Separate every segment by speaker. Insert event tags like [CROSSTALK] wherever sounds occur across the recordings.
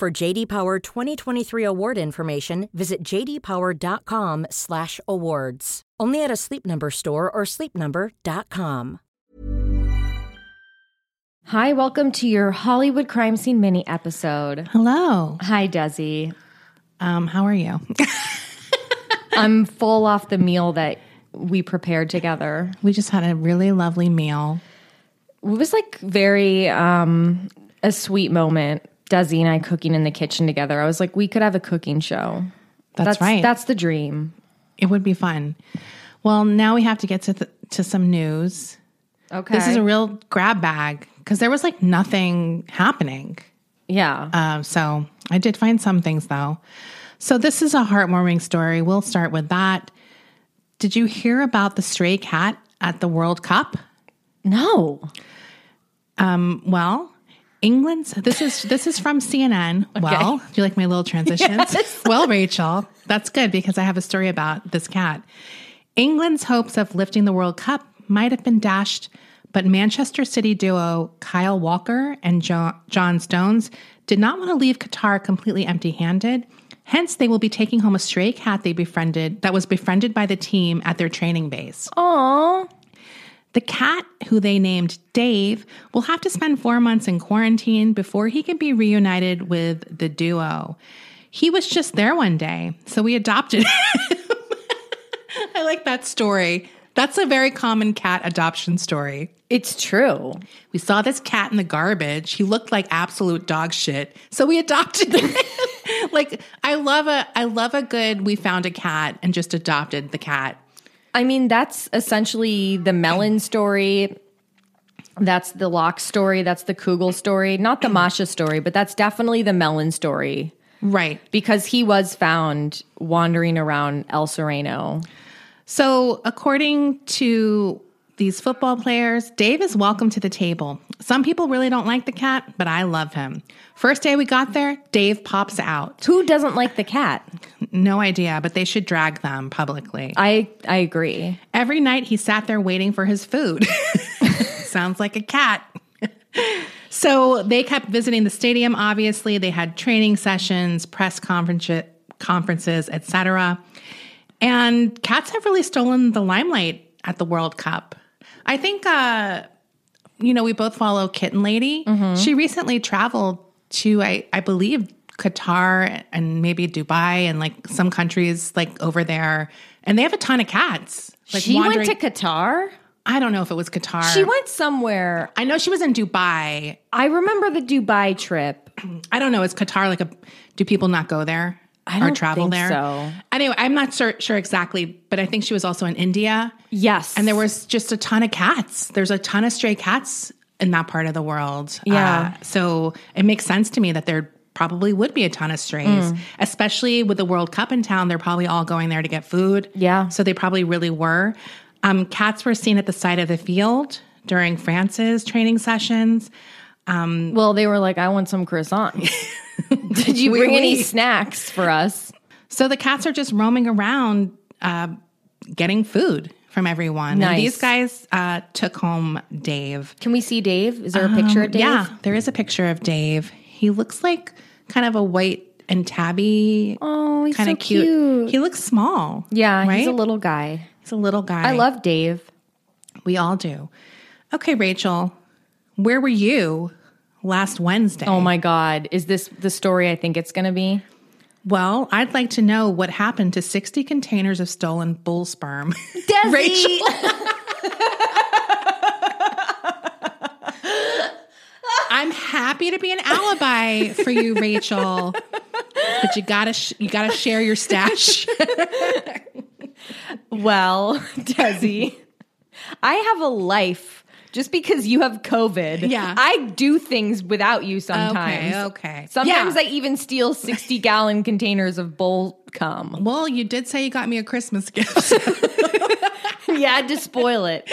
Speaker 1: For JD Power 2023 award information, visit jdpower.com/awards. Only at a Sleep Number store or sleepnumber.com.
Speaker 2: Hi, welcome to your Hollywood crime scene mini episode.
Speaker 3: Hello.
Speaker 2: Hi, Desi.
Speaker 3: Um, how are you?
Speaker 2: I'm full off the meal that we prepared together.
Speaker 3: We just had a really lovely meal.
Speaker 2: It was like very um, a sweet moment. Desi and I cooking in the kitchen together. I was like, we could have a cooking show.
Speaker 3: That's, right.
Speaker 2: That's the dream.
Speaker 3: it would be fun. Well, now we have to get to th- to some news.
Speaker 2: Okay.
Speaker 3: This is a real grab bag because there was like nothing happening.
Speaker 2: yeah.
Speaker 3: Um, so I did find some things though. So this is a heartwarming story. We'll start with that. Did you hear about the stray cat at the World Cup?
Speaker 2: no.
Speaker 3: Well, England's this is this is from CNN. Well, do you like my little transitions? well, Rachel, that's good because I have a story about this cat. England's hopes of lifting the World Cup might have been dashed, but Manchester City duo Kyle Walker and jo- John Stones did not want to leave Qatar completely empty-handed. Hence, they will be taking home a stray cat they befriended that was befriended by the team at their training base.
Speaker 2: Aw.
Speaker 3: The cat, who they named Dave, will have to spend four months in quarantine before he can be reunited with the duo. He was just there one day, so we adopted [LAUGHS] him. I like that story. That's a very common cat adoption story.
Speaker 2: It's true.
Speaker 3: We saw this cat in the garbage. He looked like absolute dog shit. So we adopted [LAUGHS] him. like I love a I love a good we found a cat and just adopted the cat.
Speaker 2: I mean, that's essentially the melon story. That's the lock story. That's the Kugel story. Not the Masha story, but that's definitely the melon story
Speaker 3: Right.
Speaker 2: because he was found wandering around El Sereno.
Speaker 3: So, according to these football players, Dave is welcome to the table. Some people really don't like the cat, but I love him. First day we got there, Dave pops out.
Speaker 2: Who doesn't like the cat?
Speaker 3: No idea, but they should drag them publicly.
Speaker 2: I I agree.
Speaker 3: Every night he sat there waiting for his food. [LAUGHS] Sounds like a cat. so they kept visiting the stadium obviously. They had training sessions, press conference- conferences, etc. And cats have really stolen the limelight at the World Cup. I think uh you know, we both follow Kitten Lady.
Speaker 2: Mm-hmm.
Speaker 3: She recently traveled to I I believe Qatar and maybe Dubai and like some countries like over there and they have a ton of cats. Like
Speaker 2: she
Speaker 3: wandering-
Speaker 2: went to Qatar.
Speaker 3: I don't know if it was Qatar.
Speaker 2: She went somewhere.
Speaker 3: I know she was in Dubai.
Speaker 2: I remember the Dubai trip.
Speaker 3: I don't know. Is Qatar like a? Do people not go there
Speaker 2: I
Speaker 3: or
Speaker 2: don't
Speaker 3: travel
Speaker 2: think
Speaker 3: there?
Speaker 2: so.
Speaker 3: Anyway, I'm not sur- sure exactly, but I think she was also in India,
Speaker 2: Yes,
Speaker 3: and there was just a ton of cats. There's a ton of stray cats in that part of the world.
Speaker 2: Yeah.
Speaker 3: Uh, so it makes sense to me that there probably would be a ton of strays,
Speaker 2: Mm.
Speaker 3: especially with the World Cup in town. They're probably all going there to get food.
Speaker 2: Yeah.
Speaker 3: So they probably really were. Um, cats were seen at the side of the field during France's training sessions.
Speaker 2: Well, they were like, "I want some [LAUGHS] croissants." Did you bring any
Speaker 3: oui.
Speaker 2: snacks for us?
Speaker 3: So the cats are just roaming around uh, getting food from everyone.
Speaker 2: Nice.
Speaker 3: And these guys uh, took home Dave.
Speaker 2: Can we see Dave? Is there a picture of Dave?
Speaker 3: Yeah, there is a picture of Dave. He looks like kind of a white and tabby.
Speaker 2: Oh, he's
Speaker 3: kind
Speaker 2: so
Speaker 3: of cute.
Speaker 2: cute.
Speaker 3: He looks small.
Speaker 2: Yeah,
Speaker 3: right?
Speaker 2: he's a little guy.
Speaker 3: He's a little guy.
Speaker 2: I love Dave.
Speaker 3: We all do. Okay, Rachel, where were you last Wednesday?
Speaker 2: Oh my God, is this the story I think it's going to be?
Speaker 3: Well, I'd like to know what happened to 60 containers of stolen bull sperm. [LAUGHS]
Speaker 2: Desi!
Speaker 3: Rachel. I'm happy to be an alibi for you, Rachel. But you gotta sh- you gotta share your stash. [LAUGHS]
Speaker 2: [LAUGHS] Well, Desi, I have a life Just because you have COVID,
Speaker 3: Yeah.
Speaker 2: I do things without you sometimes.
Speaker 3: okay.
Speaker 2: Sometimes
Speaker 3: Yeah.
Speaker 2: I even steal 60 gallon containers of bull cum. [LAUGHS]
Speaker 3: Well, you did say you got me a Christmas gift.
Speaker 2: yeah, to spoil it.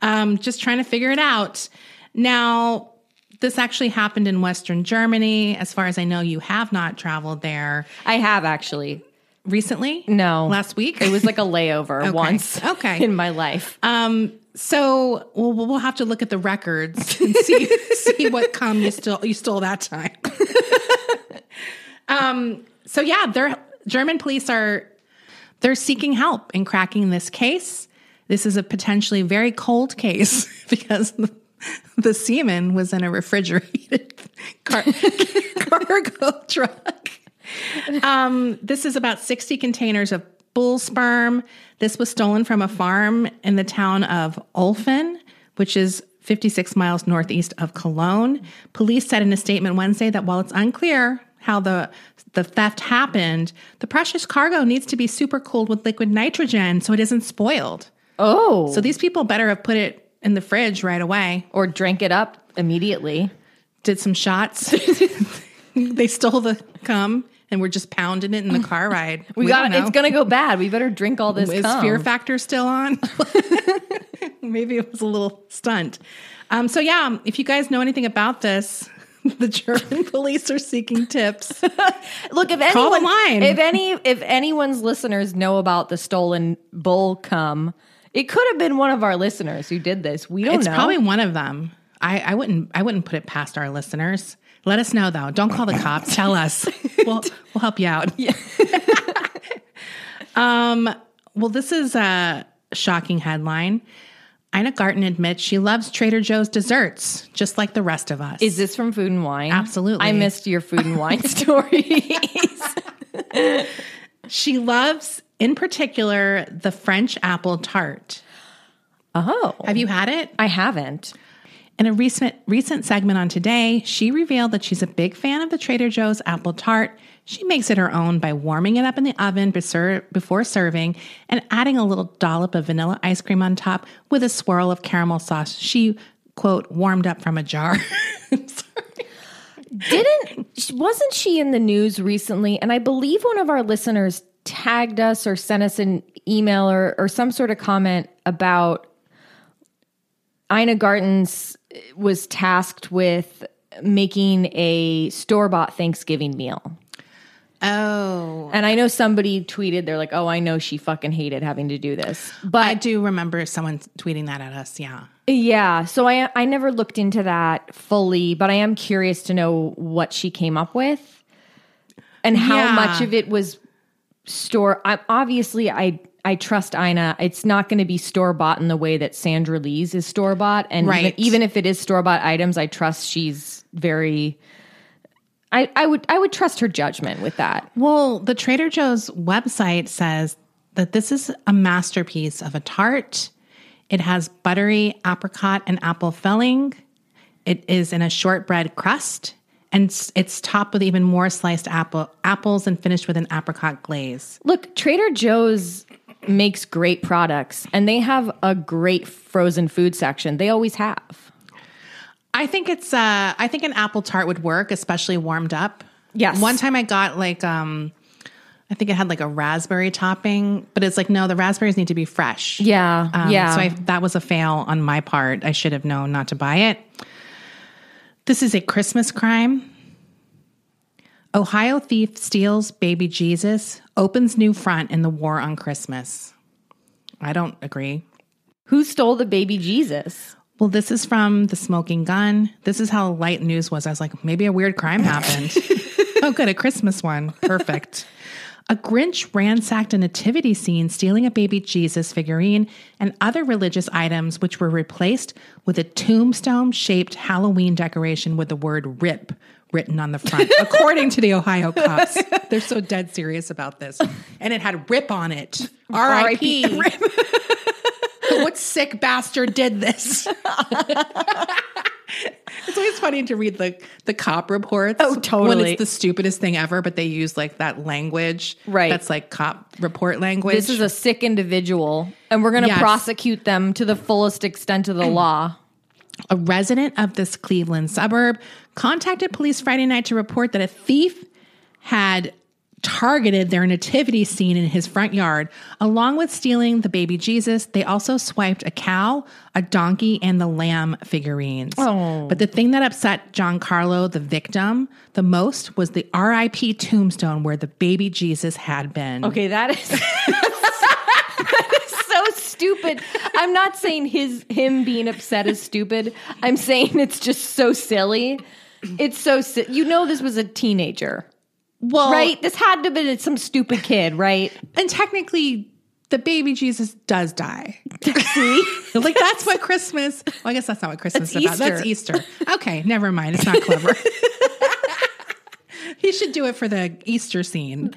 Speaker 3: um, just trying to figure it out. Now, this actually happened in Western Germany. As far as I know, you have not traveled there
Speaker 2: I have actually.
Speaker 3: recently.
Speaker 2: No.
Speaker 3: last week.
Speaker 2: It was like a layover once
Speaker 3: Okay.
Speaker 2: [LAUGHS] in my life.
Speaker 3: So we'll, we'll we'll have to look at the records and see [LAUGHS] see what cum you stole you stole that time. [LAUGHS] um. So yeah, they're German police are they're seeking help in cracking this case. This is a potentially very cold case [LAUGHS] because the, the semen was in a refrigerated [LAUGHS] car, cargo truck. Um, this is about 60 containers of bull sperm. This was stolen from a farm in the town of Olfen, which is 56 miles northeast of Cologne. Police said in a statement Wednesday that while it's unclear how the the theft happened, the precious cargo needs to be super cooled with liquid nitrogen so it isn't spoiled.
Speaker 2: oh.
Speaker 3: So these people better have put it in the fridge right away.
Speaker 2: or drank it up immediately.
Speaker 3: Did some shots. [LAUGHS] they stole the cum and we're just pounding it in the car ride.
Speaker 2: We, got
Speaker 3: don't know.
Speaker 2: it's gonna go bad. We better drink all this.
Speaker 3: Is
Speaker 2: cum.
Speaker 3: Fear Factor still on? [LAUGHS] Maybe it was a little stunt. Um, so, yeah, if you guys know anything about this, [LAUGHS] the German [LAUGHS] police are seeking
Speaker 2: [LAUGHS]
Speaker 3: tips.
Speaker 2: Look, if
Speaker 3: Call the
Speaker 2: anyone,
Speaker 3: line.
Speaker 2: if any, if anyone's listeners know about the stolen bull cum, it could have been one of our listeners who did this. We don't
Speaker 3: It's
Speaker 2: know.
Speaker 3: probably one of them. I, I wouldn't. I wouldn't put it past our listeners. Let us know though. Don't call the cops. Tell us. We'll we'll help you out. [LAUGHS] um. Well, this is a shocking headline. Ina Garten admits she loves Trader Joe's desserts, just like the rest of us.
Speaker 2: Is this from Food and Wine?
Speaker 3: Absolutely.
Speaker 2: I missed your Food and Wine [LAUGHS]
Speaker 3: [LAUGHS]
Speaker 2: stories.
Speaker 3: She loves, in particular, the French apple tart.
Speaker 2: oh,
Speaker 3: Have you had it?
Speaker 2: I haven't.
Speaker 3: In a recent recent segment on Today, she revealed that she's a big fan of the Trader Joe's apple tart. She makes it her own by warming it up in the oven besir- before serving and adding a little dollop of vanilla ice cream on top with a swirl of caramel sauce. She quote warmed up from a jar. [LAUGHS]
Speaker 2: Didn't wasn't she in the news recently? And I believe one of our listeners tagged us or sent us an email or or some sort of comment about Ina Garten's uh, was tasked with making a store bought Thanksgiving meal.
Speaker 3: oh,
Speaker 2: And I know somebody tweeted they're like, "Oh, I know she fucking hated having to do this."
Speaker 3: I do remember someone tweeting that at us. Yeah.
Speaker 2: Yeah, so I I never looked into that fully, but I am curious to know what she came up with and how
Speaker 3: Yeah.
Speaker 2: much of it was store. I, obviously, I I trust Ina. It's not going to be store bought in the way that Sandra Lee's is store bought, and even-
Speaker 3: Right.
Speaker 2: even, if it is store bought items, I trust she's very. I, I would I would trust her judgment with that.
Speaker 3: Well, the Trader Joe's website says that this is a masterpiece of a tart. It has buttery apricot and apple filling. It is in a shortbread crust, and s- it's topped with even more sliced apple apples and finished with an apricot glaze.
Speaker 2: Look, Trader Joe's makes great products, and they have a great frozen food section. They always have.
Speaker 3: I think it's. Uh, I think an apple tart would work, especially warmed up.
Speaker 2: Yes.
Speaker 3: One time I got like. Um, I think it had like a raspberry topping, but it's like no, the raspberries need to be fresh.
Speaker 2: Yeah,
Speaker 3: Um,
Speaker 2: yeah.
Speaker 3: So I, that was a fail on my part. I should have known not to buy it. This is a Christmas crime. Ohio thief steals baby Jesus, opens new front in the war on Christmas. I don't agree.
Speaker 2: Who stole the baby Jesus?
Speaker 3: Well, this is from The Smoking Gun. This is how light news was. I was like, maybe a weird crime happened. oh, good, a Christmas one. Perfect. a Grinch ransacked a nativity scene, stealing a baby Jesus figurine and other religious items, which were replaced with a tombstone shaped Halloween decoration with the word RIP written on the front, according to the Ohio cops. They're so dead serious about this. And it had RIP on it. R.I.P.
Speaker 2: [LAUGHS]
Speaker 3: [LAUGHS] what sick bastard did this?
Speaker 2: [LAUGHS]
Speaker 3: it's always funny to read the the cop reports. Oh, When
Speaker 2: totally.
Speaker 3: it's the stupidest thing ever, but they use like that language,
Speaker 2: Right.
Speaker 3: That's like cop report language.
Speaker 2: This is a sick individual, and we're going to
Speaker 3: Yes.
Speaker 2: Mm. prosecute them to the fullest extent of the law.
Speaker 3: A resident of this Cleveland suburb contacted police Friday night to report that a thief had targeted their nativity scene in his front yard. Along with stealing the baby Jesus, they also swiped a cow, a donkey, and the lamb figurines. But the thing that upset Giancarlo, the victim, the most was the RIP tombstone where the baby Jesus had been.
Speaker 2: Okay, that [LAUGHS] is, that is so stupid. I'm not saying his him being upset is stupid. I'm saying it's just so silly. It's so si- you know this was a teenager,
Speaker 3: well,
Speaker 2: right? This had to have been some stupid kid, [LAUGHS] right?
Speaker 3: And technically, the baby Jesus does die. [LAUGHS] like that's what Christmas. Well, I guess that's not what Christmas
Speaker 2: That's
Speaker 3: is about. That's Easter. Okay, never mind. It's not clever. [LAUGHS] he should do it for the Easter scene.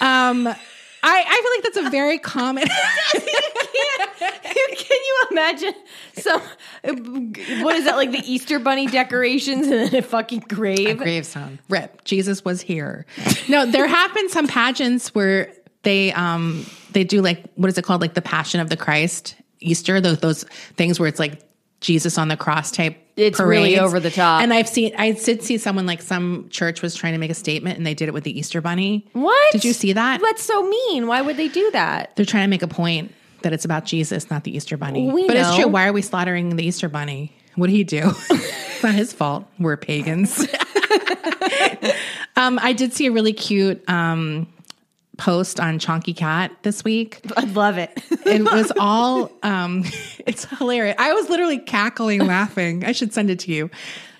Speaker 3: Um, I I feel like that's a very common.
Speaker 2: You- [LAUGHS] Can you imagine some what is that like the Easter bunny decorations and then a fucking grave?
Speaker 3: gravestone. Rip. Jesus was here. No, there have been some pageants where they um they do like what is it called like the Passion of the Christ Easter those those things where it's like Jesus on the cross type.
Speaker 2: It's really
Speaker 3: parades.
Speaker 2: over the top.
Speaker 3: And I've seen I did see someone like some church was trying to make a statement and they did it with the Easter bunny.
Speaker 2: What?
Speaker 3: Did you see that?
Speaker 2: That's so mean. Why would they do that?
Speaker 3: They're trying to make a point that it's about Jesus, not the Easter bunny.
Speaker 2: We
Speaker 3: but it's
Speaker 2: know.
Speaker 3: true. Why are we slaughtering the Easter bunny? What did
Speaker 2: [LAUGHS]
Speaker 3: he do? it's not his fault. We're pagans. [LAUGHS] um, I did see a really cute um, post on Chonky Cat this week.
Speaker 2: I love it. [LAUGHS]
Speaker 3: It was all, um, [LAUGHS] it's hilarious. I was literally cackling, laughing. I should send it to you.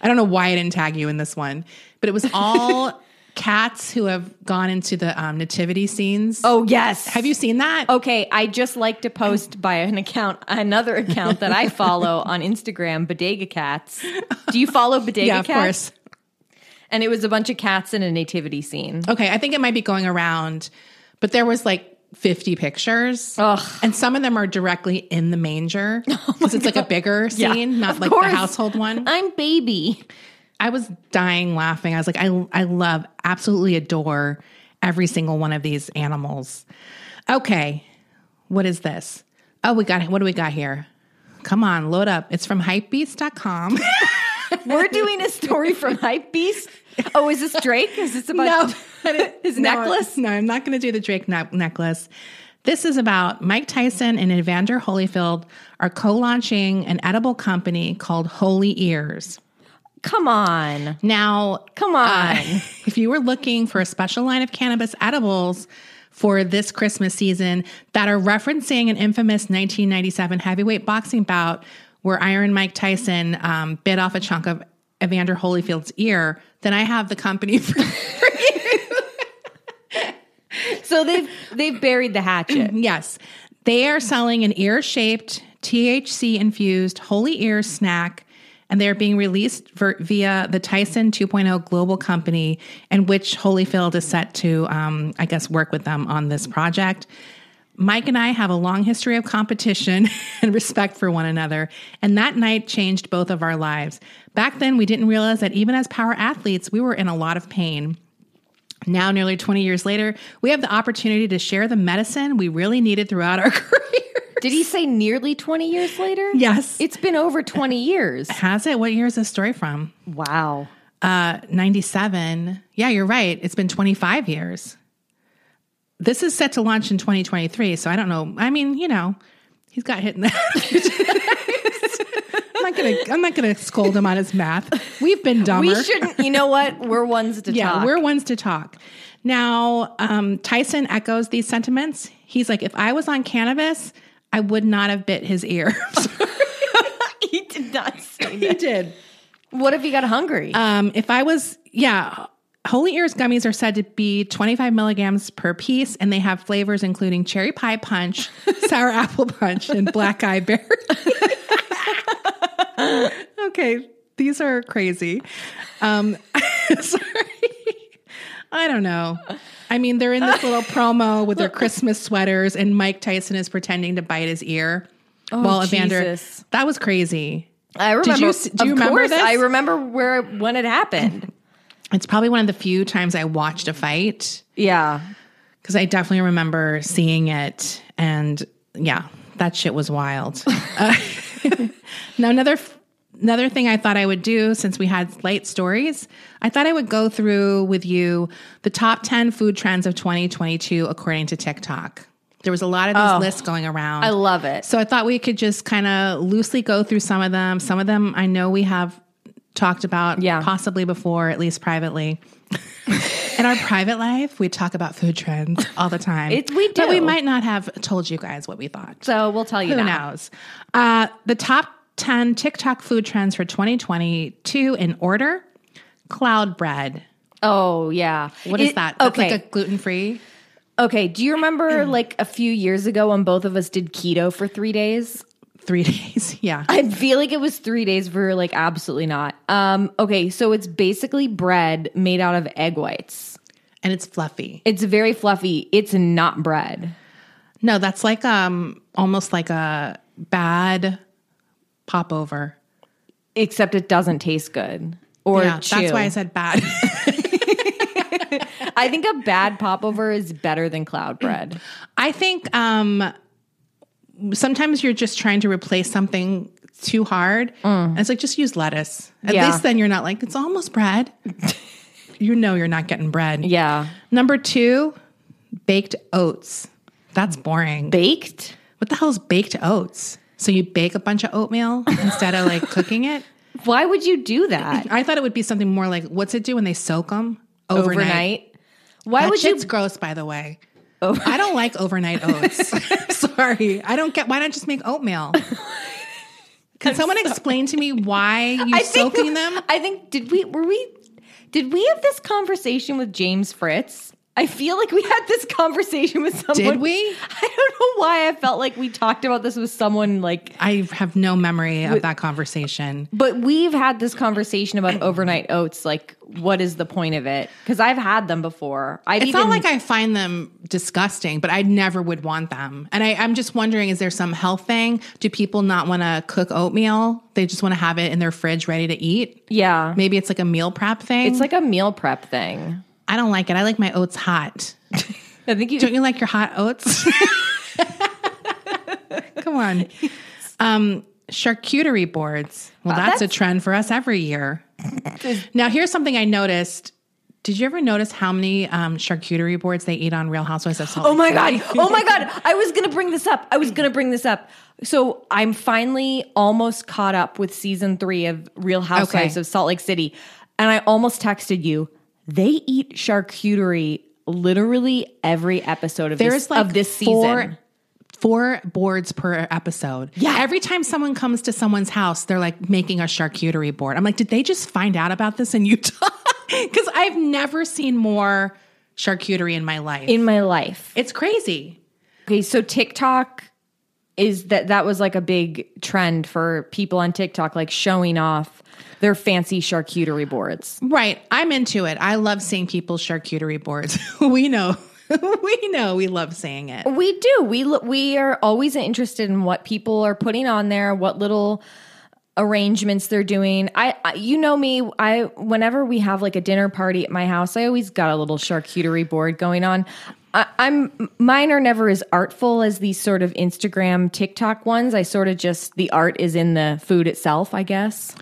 Speaker 3: I don't know why I didn't tag you in this one, but it was
Speaker 2: [LAUGHS]
Speaker 3: all cats who have gone into the um, nativity scenes.
Speaker 2: Oh yes. Have
Speaker 3: Have you seen that?
Speaker 2: Okay, I just like to post by an account, another account that I follow [LAUGHS] on Instagram, Bodega Cats. Do you follow Bodega
Speaker 3: yeah, of
Speaker 2: Cats?
Speaker 3: course.
Speaker 2: And it was a bunch of cats in a nativity scene.
Speaker 3: Okay, I think it might be going around, but there was like 50 pictures. And some of them are directly in
Speaker 2: [LAUGHS]
Speaker 3: the manger because it's like a bigger
Speaker 2: Oh Yeah,
Speaker 3: scene, not
Speaker 2: of
Speaker 3: like
Speaker 2: course.
Speaker 3: the household one.
Speaker 2: I'm baby.
Speaker 3: I was dying laughing. I was like, I, I love, absolutely adore every single one of these animals. Okay, what is this? Oh, we got, what do we got here? Come on, load up. It's from [LAUGHS] hypebeast.com.
Speaker 2: We're doing a story [LAUGHS] from Hype Beast. Oh, is this Drake? Is this about [LAUGHS] his
Speaker 3: No,
Speaker 2: necklace?
Speaker 3: No, I'm not going to do the Drake ne- necklace. This is about Mike Tyson and Evander Holyfield are co-launching an edible company called Holy Ears.
Speaker 2: Come on.
Speaker 3: Now, uh,
Speaker 2: Come on.
Speaker 3: if you were looking for a special line of cannabis edibles for this Christmas season that are referencing an infamous 1997 heavyweight boxing bout where Iron Mike Tyson um, bit off a chunk of Evander Holyfield's ear, then I have the company [LAUGHS] for
Speaker 2: so they've they've buried the [LAUGHS] hatchet.
Speaker 3: Yes. They are selling an ear shaped, THC infused holy ear snack, and they are being released ver- via the Tyson 2.0 global company, in which Holyfield is set to, um, I guess, work with them on this project. Mike and I have a long history of competition [LAUGHS] and respect for one another, and that night changed both of our lives. Back then, we didn't realize that even as power athletes, we were in a lot of pain. Now, nearly 20 years later, we have the opportunity to share the medicine we really needed throughout our [LAUGHS] career.
Speaker 2: Did he say nearly 20 years later?
Speaker 3: Yes.
Speaker 2: It's been over 20 years.
Speaker 3: Has it? What year is this story from?
Speaker 2: Wow.
Speaker 3: Uh, 97. Yeah, you're right. It's been 25 years. This is set to launch in 2023. So I don't know. I mean, you know, he's got hit in the [LAUGHS] I'm not gonna. I'm not gonna scold him on his math. We've been dumber.
Speaker 2: We shouldn't, you know what? We're ones [LAUGHS] to
Speaker 3: Yeah,
Speaker 2: talk.
Speaker 3: we're ones to talk. Now, um, Tyson echoes these sentiments. He's like, if I was on cannabis, I would not have bit his ear. [LAUGHS]
Speaker 2: he did not say Uh,
Speaker 3: he did.
Speaker 2: [LAUGHS] What if he got hungry?
Speaker 3: Um, if I was, yeah, Holy Ears gummies are said to be 25 milligrams per piece, and they have flavors including cherry pie punch, sour apple punch, and black eye berry. [LAUGHS] okay, these are crazy. Um, [LAUGHS] sorry. I don't know. I mean, they're in this little promo with their Christmas sweaters, and Mike Tyson is pretending to bite his ear. Oh,
Speaker 2: Jesus.
Speaker 3: that was crazy.
Speaker 2: I remember.
Speaker 3: did you s- do you
Speaker 2: of
Speaker 3: remember
Speaker 2: course,
Speaker 3: this?
Speaker 2: I remember where when it happened.
Speaker 3: It's probably one of the few times I watched a fight
Speaker 2: [LAUGHS] Yeah.
Speaker 3: because I definitely remember seeing it. And yeah, that shit was wild. Uh, [LAUGHS] now, another f- Another thing I thought I would do since we had late stories, I thought I would go through with you the top 10 food trends of 2022 according to TikTok. There was a lot of these lists going around.
Speaker 2: I love it.
Speaker 3: So I thought we could just kind of loosely go through some of them. Some of them I know we have talked about
Speaker 2: Yeah.
Speaker 3: possibly before, at least privately. [LAUGHS] In our private life, we talk about food trends all the time.
Speaker 2: It- we
Speaker 3: But we
Speaker 2: do.
Speaker 3: might not have told you guys what we thought.
Speaker 2: So we'll tell you
Speaker 3: Who
Speaker 2: now.
Speaker 3: knows? Uh, the top 10 TikTok food trends for 2022 in order cloud bread.
Speaker 2: Oh yeah.
Speaker 3: What is
Speaker 2: It-
Speaker 3: that? That's
Speaker 2: Okay.
Speaker 3: like a gluten free.
Speaker 2: okay. Do you
Speaker 3: [CLEARS THROAT]
Speaker 2: remember like a few years ago when both of us did keto for three days?
Speaker 3: Three [LAUGHS] days. Yeah.
Speaker 2: I feel like it was three days where we were like, absolutely not. Um, okay, so it's basically bread made out of egg whites.
Speaker 3: And it's fluffy.
Speaker 2: It's very fluffy. It's not bread.
Speaker 3: No, that's like um almost like a bad popover.
Speaker 2: Except it doesn't taste good. Or
Speaker 3: yeah,
Speaker 2: chew.
Speaker 3: that's why I said bad. [LAUGHS]
Speaker 2: I think a bad popover is better than cloud
Speaker 3: [CLEARS THROAT]
Speaker 2: bread.
Speaker 3: I think um sometimes you're just trying to replace something too hard. And it's like just use lettuce. At
Speaker 2: Mm. Yeah.
Speaker 3: least then you're not like it's almost
Speaker 2: [LAUGHS]
Speaker 3: bread. you know you're not getting bread.
Speaker 2: Yeah.
Speaker 3: Number 2, baked oats. That's boring.
Speaker 2: Baked?
Speaker 3: what the hell is baked oats? So you bake a bunch of oatmeal instead of like cooking it?
Speaker 2: Why would you do that?
Speaker 3: I thought it would be something more like what's it do when they soak them overnight?
Speaker 2: Overnight? Why
Speaker 3: That
Speaker 2: would you
Speaker 3: shit's gross, by the way. I don't like overnight
Speaker 2: [LAUGHS]
Speaker 3: oats. sorry, I don't get. Why not just make oatmeal? Can someone explain to
Speaker 2: [LAUGHS]
Speaker 3: me why you're soaking them?
Speaker 2: I think did we were we did we have this conversation with James Fritz? I feel like we had this conversation with someone.
Speaker 3: Did we?
Speaker 2: I don't know why I felt like we talked about this with someone like
Speaker 3: I have no memory of that conversation.
Speaker 2: but we've had this conversation
Speaker 3: [CLEARS THROAT]
Speaker 2: about overnight oats like what is the point of it? Cuz I've had them before. I've
Speaker 3: It's
Speaker 2: even,
Speaker 3: not like I find them disgusting, but I never would want them. And I, I'm just wondering is there some health thing? Do people not want to cook oatmeal? They just want to have it in their fridge ready to eat?
Speaker 2: Yeah.
Speaker 3: Maybe it's like a meal prep thing.
Speaker 2: It's like a meal prep thing.
Speaker 3: I don't like it. I like my oats hot.
Speaker 2: I think you
Speaker 3: Don't you like your hot oats? [LAUGHS] Come on. Um, charcuterie boards. Well, that's, a
Speaker 2: that's-
Speaker 3: trend for us every year. now, here's something I noticed. Did you ever notice how many um, charcuterie boards they eat on Real Housewives of Salt
Speaker 2: Oh my god. Oh my god. I was going to bring this up. I was going to bring this up. So, I'm finally almost caught up with season 3 of Real Housewives
Speaker 3: Okay.
Speaker 2: of Salt Lake City. And I almost texted you. They eat charcuterie literally every episode of
Speaker 3: There's
Speaker 2: this
Speaker 3: like
Speaker 2: of this
Speaker 3: four,
Speaker 2: season.
Speaker 3: Four boards per episode.
Speaker 2: Yeah.
Speaker 3: Every time someone comes to someone's house, they're like making a charcuterie board. I'm like, did they just find out about this in Utah? [LAUGHS] Because I've never seen more charcuterie in my life.
Speaker 2: in my life.
Speaker 3: it's crazy.
Speaker 2: Okay, so TikTok is that that was like a big trend for people on TikTok like showing off their fancy charcuterie boards.
Speaker 3: Right. I'm into it. I love seeing people's charcuterie boards. [LAUGHS] we know. we know we love seeing it.
Speaker 2: We do. We lo- we are always interested in what people are putting on there, what little arrangements they're doing. I, I you know me, I whenever we have like a dinner party at my house, I always got a little charcuterie board going on. I, I'm mine are never as artful as these sort of Instagram TikTok ones. I sort of just the art is in the food itself, I guess.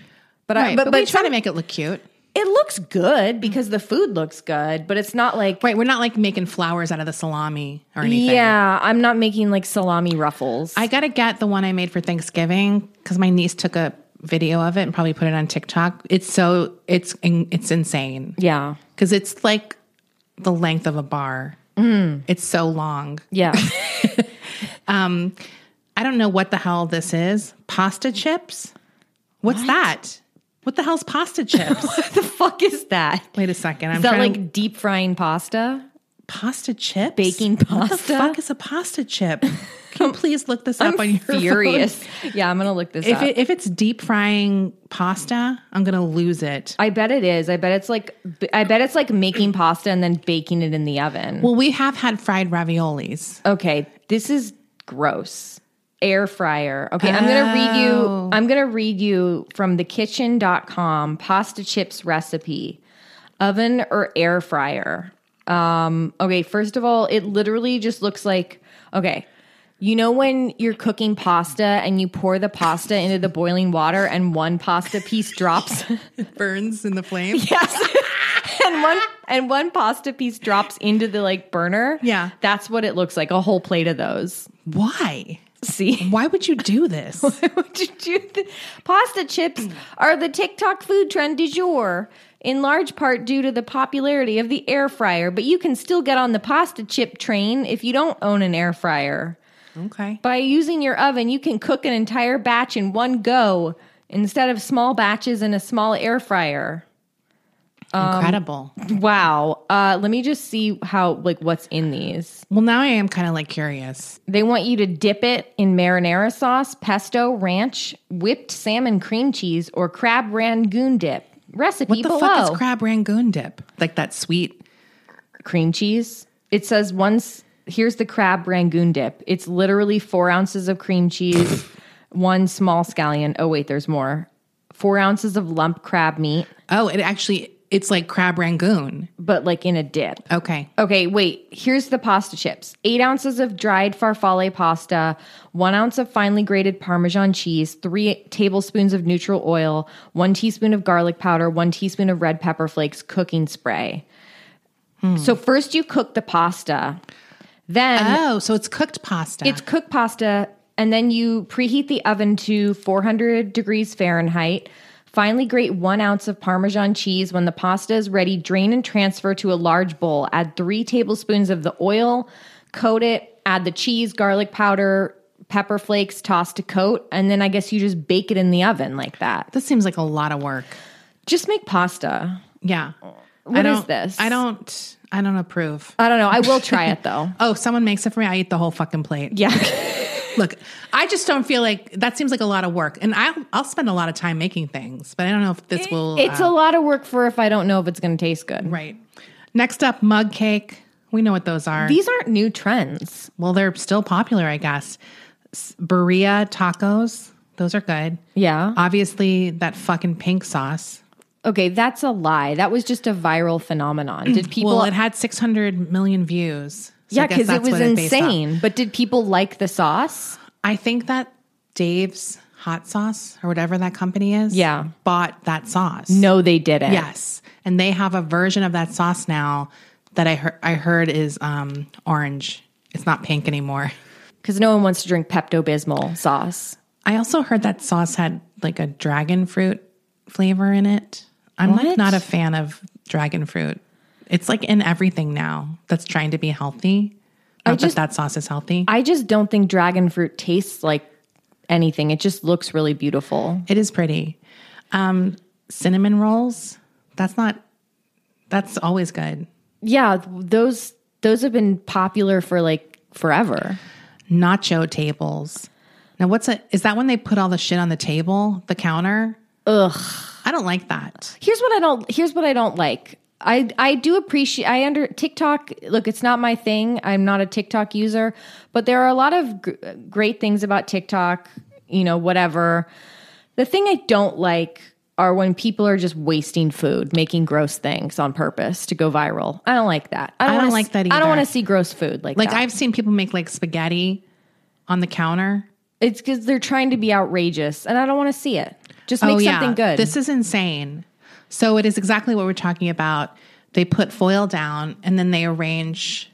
Speaker 2: But I
Speaker 3: Right.
Speaker 2: but,
Speaker 3: But,
Speaker 2: but
Speaker 3: we try to make it look cute.
Speaker 2: it looks good because the food looks good, but it's not like
Speaker 3: Right. We're not like making flowers out of the salami or anything.
Speaker 2: yeah, I'm not making like salami ruffles.
Speaker 3: I got to get the one I made for Thanksgiving because my niece took a video of it and probably put it on TikTok. It's so, it's, in- it's insane
Speaker 2: yeah.
Speaker 3: because it's like the length of a bar.
Speaker 2: Mm.
Speaker 3: It's so long. Um,
Speaker 2: Yeah.
Speaker 3: I don't know what the hell this is. Pasta chips? What's that? What the hell's
Speaker 2: [LAUGHS]
Speaker 3: pasta chips?
Speaker 2: [LAUGHS] the fuck is that?
Speaker 3: Wait a second. I'm
Speaker 2: Is that
Speaker 3: trying to-
Speaker 2: like deep frying pasta?
Speaker 3: [LAUGHS] pasta chips,
Speaker 2: Baking
Speaker 3: What the
Speaker 2: pasta?
Speaker 3: fuck is a pasta chip?
Speaker 2: [LAUGHS]
Speaker 3: Can you please look this up on your phone?
Speaker 2: Furious. Yeah, I'm gonna look this
Speaker 3: If
Speaker 2: up.
Speaker 3: it, if it's deep frying pasta, I'm gonna lose it.
Speaker 2: I bet it is. I bet it's like I bet it's like making pasta and then baking it in the oven.
Speaker 3: Well, we have had fried raviolis.
Speaker 2: okay, this is gross. Air fryer. Okay, I'm going to read you I'm going to read you from the kitchen.com pasta chips recipe. Oven or air fryer. Um okay, first of all, it literally just looks like okay. You know when you're cooking pasta and you pour the pasta into the boiling water and one pasta piece drops?
Speaker 3: Burns in the flame.
Speaker 2: yes. and one and one pasta piece drops into the like burner.
Speaker 3: Yeah.
Speaker 2: That's what it looks like, a whole plate of those.
Speaker 3: [LAUGHS] Why?
Speaker 2: See?
Speaker 3: Why would you do
Speaker 2: [LAUGHS]
Speaker 3: this?
Speaker 2: Would you do the- pasta chips are the TikTok food trend du jour, in large part due to the popularity of the air fryer. But you can still get on the pasta chip train if you don't own an air fryer.
Speaker 3: [LAUGHS] okay.
Speaker 2: By using your oven, you can cook an entire batch in one go instead of small batches in a small air fryer.
Speaker 3: Um, Incredible.
Speaker 2: Wow. Uh, let me just see how, like, what's in these.
Speaker 3: Well, now I am kind of like curious.
Speaker 2: They want you to dip it in marinara sauce, pesto, ranch, whipped salmon cream cheese, or crab rangoon dip. Recipe
Speaker 3: What the
Speaker 2: below.
Speaker 3: fuck is crab rangoon dip? Like that sweet.
Speaker 2: cream cheese. It says once here's the crab rangoon dip. It's literally four ounces of cream cheese, [LAUGHS] one small scallion. Oh wait, there's more. Four ounces of lump crab meat,
Speaker 3: Oh, it actually it's like crab rangoon.
Speaker 2: but like in a dip.
Speaker 3: Okay.
Speaker 2: Okay, wait. Here's the pasta chips: eight ounces of dried farfalle pasta, one ounce of finely grated Parmesan cheese, three tablespoons of neutral oil, one teaspoon of garlic powder, one teaspoon of red pepper flakes, cooking spray. So first you cook the pasta, then
Speaker 3: Oh, so it's cooked pasta.
Speaker 2: it's cooked pasta, and then you preheat the oven to 400 degrees Fahrenheit. Finally, grate one ounce of Parmesan cheese. When the pasta is ready, drain and transfer to a large bowl. Add three tablespoons of the oil, coat it, add the cheese, garlic powder, pepper flakes, toss to coat. And then I guess you just bake it in the oven like that.
Speaker 3: this seems like a lot of work.
Speaker 2: Just make pasta.
Speaker 3: Yeah.
Speaker 2: What
Speaker 3: I
Speaker 2: is
Speaker 3: don't,
Speaker 2: this?
Speaker 3: I don't I don't approve.
Speaker 2: I don't know. I will try it though.
Speaker 3: Oh, someone makes it for me. I eat the whole fucking plate.
Speaker 2: Yeah.
Speaker 3: Look, I just don't feel like that seems like a lot of work. And I'll I'll spend a lot of time making things, but I don't know if this will uh,
Speaker 2: it's a lot of work for if I don't know if it's going to taste good.
Speaker 3: right. Next up, mug cake. We know what those are.
Speaker 2: These aren't new trends.
Speaker 3: well, they're still popular, I guess. S- Berea tacos. Those are good.
Speaker 2: Yeah.
Speaker 3: Obviously, that fucking pink sauce.
Speaker 2: Okay, that's a lie. That was just a viral phenomenon. Did people?
Speaker 3: Well, it had 600 million views. So I
Speaker 2: yeah,
Speaker 3: guess
Speaker 2: because it
Speaker 3: that's
Speaker 2: was
Speaker 3: what it's based on.
Speaker 2: insane. But did people like the sauce?
Speaker 3: I think that Dave's Hot Sauce or whatever that company is,
Speaker 2: Yeah.
Speaker 3: bought that sauce.
Speaker 2: No, they didn't.
Speaker 3: Yes, and they have a version of that sauce now that I heard. I heard is um, orange. It's not pink anymore.
Speaker 2: because no one wants to drink Pepto Bismol sauce.
Speaker 3: I also heard that sauce had like a dragon fruit flavor in it. I'm
Speaker 2: What?
Speaker 3: like not a fan of dragon fruit. It's like in everything now that's trying to be healthy. Not
Speaker 2: just-
Speaker 3: that that sauce is healthy.
Speaker 2: I just don't think dragon fruit tastes like anything. It just looks really beautiful.
Speaker 3: It is pretty. Um, cinnamon rolls. That's not. That's always good.
Speaker 2: Yeah, th- those those have been popular for like forever.
Speaker 3: Nacho tables. Now, what's a? Is that when they put all the shit on the table, the counter? Ugh, I don't like that.
Speaker 2: Here's what I don't. Here's what I don't like. I I do appreciate. I under TikTok. Look, it's not my thing. I'm not a TikTok user, but there are a lot of gr- great things about TikTok. You know, whatever. The thing I don't like are when people are just wasting food, making gross things on purpose to go viral. I don't like that. I don't,
Speaker 3: don't
Speaker 2: wanna
Speaker 3: like
Speaker 2: s-
Speaker 3: that
Speaker 2: I don't
Speaker 3: either.
Speaker 2: want to see gross food like,
Speaker 3: Like
Speaker 2: that.
Speaker 3: I've seen people make like spaghetti on the counter.
Speaker 2: it's because they're trying to be outrageous, and I don't want to see it. Just make something good.
Speaker 3: Oh, This is insane. So it is exactly what we're talking about. They put foil down and then they arrange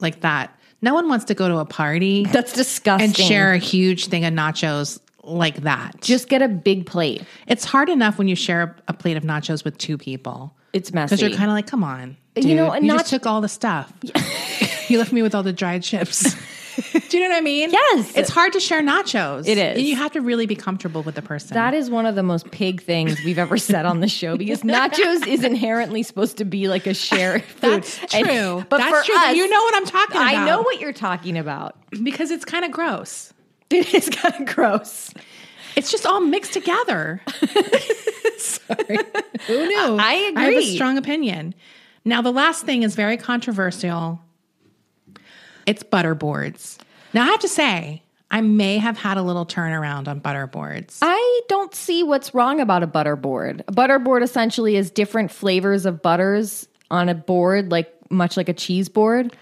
Speaker 3: like that. No one wants to go to a party.
Speaker 2: that's disgusting.
Speaker 3: and share a huge thing of nachos like that.
Speaker 2: Just get a big plate.
Speaker 3: it's hard enough when you share a plate of nachos with two people
Speaker 2: It's messy.
Speaker 3: because you're kind of like, come on,
Speaker 2: You
Speaker 3: dude,
Speaker 2: know, and
Speaker 3: you just
Speaker 2: nach-
Speaker 3: took all
Speaker 2: [LAUGHS]
Speaker 3: the stuff. you left me with all the dried chips. Do you know what I mean?
Speaker 2: Yes.
Speaker 3: It's hard to share nachos.
Speaker 2: It is.
Speaker 3: And you have to really be comfortable with the person.
Speaker 2: That is one of the most pig things we've ever said on the show [LAUGHS] because nachos is inherently supposed to be like a share [LAUGHS] food.
Speaker 3: That's
Speaker 2: And-
Speaker 3: true. That's
Speaker 2: for
Speaker 3: true.
Speaker 2: us,
Speaker 3: you know what I'm talking about.
Speaker 2: I know what you're talking about. [LAUGHS]
Speaker 3: because it's kind of gross.
Speaker 2: It is kind of gross.
Speaker 3: It's just all
Speaker 2: [LAUGHS]
Speaker 3: mixed together. Sorry. Who knew?
Speaker 2: I
Speaker 3: I have a
Speaker 2: agree.
Speaker 3: strong opinion. Now, the last thing is very controversial. It's butter boards. Now, I have to say, I may have had a little turnaround on butter boards.
Speaker 2: I don't see what's wrong about a butter board. A butter board essentially is different flavors of butters on a board, like much like a cheese board.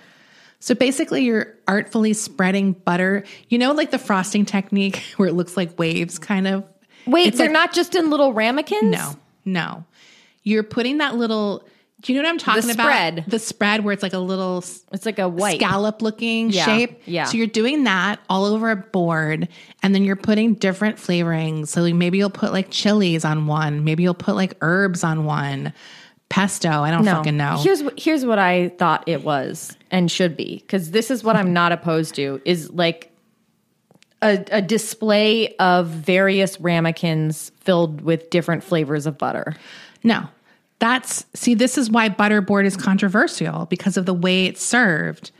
Speaker 3: So basically, you're artfully spreading butter. You know, like the frosting technique [LAUGHS] where it looks like waves, kind of.
Speaker 2: Wait, they're not just in little ramekins?
Speaker 3: No, no. You're putting that little. Do you know what I'm talking about?
Speaker 2: spread.
Speaker 3: The spread where it's like a little s-
Speaker 2: It's like a white.
Speaker 3: scallop looking
Speaker 2: Yeah,
Speaker 3: shape.
Speaker 2: yeah.
Speaker 3: So you're doing that all over a board and then you're putting different flavorings. So like, maybe you'll put like chilies on one, maybe you'll put like herbs on one, pesto. I don't
Speaker 2: No.
Speaker 3: fucking know.
Speaker 2: Here's what here's what I thought it was and should be because this is what I'm not opposed to is like a, a display of various ramekins filled with different flavors of butter.
Speaker 3: no. That's see, this is why butterboard is controversial because of the way it's served.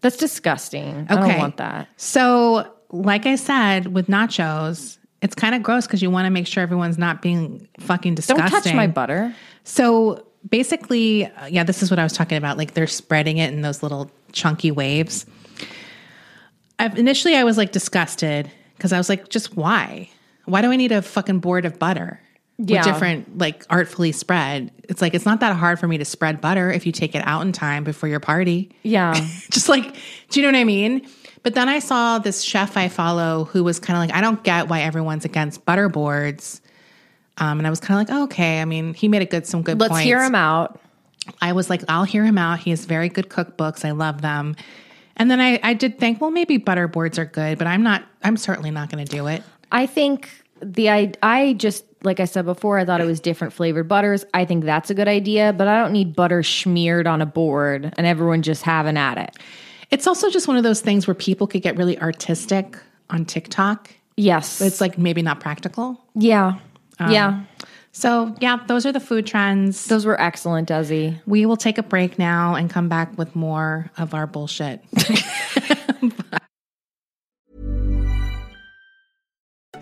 Speaker 2: That's disgusting. I don't
Speaker 3: Okay.
Speaker 2: want that.
Speaker 3: So, like I said, with nachos, it's kind of gross because you want to make sure everyone's not being fucking
Speaker 2: Don't
Speaker 3: disgusting.
Speaker 2: touch my butter.
Speaker 3: So basically, uh, yeah, this is what I was talking about. Like they're spreading it in those little chunky waves. I've, initially, I was like disgusted because I was like, just why? Why do I need a fucking board of butter?
Speaker 2: Yeah.
Speaker 3: With different, like artfully spread. It's like, it's not that hard for me to spread butter if you take it out in time before your party. [LAUGHS]
Speaker 2: Yeah.
Speaker 3: Just like, do you know what I mean? But then I saw this chef I follow who was kind of like, I don't get why everyone's against butter boards. Um, and I was kind of like, oh, okay. I mean, he made a good, some good
Speaker 2: Let's
Speaker 3: points.
Speaker 2: hear him out.
Speaker 3: I was like, I'll hear him out. He has very good cookbooks. I love them. And then I, I did think, well, maybe butter boards are good, but I'm not, I'm certainly not going to do it.
Speaker 2: I think the I I just like I said before, I thought it was different flavored butters. I think that's a good idea, but I don't need butter smeared on a board and everyone just having at it.
Speaker 3: It's also just one of those things where people could get really artistic on TikTok.
Speaker 2: Yes.
Speaker 3: It's like maybe not practical.
Speaker 2: yeah. yeah.
Speaker 3: So, yeah, those are the food trends.
Speaker 2: Um, Those were excellent, Desi.
Speaker 3: We will take a break now and come back with more of our bullshit.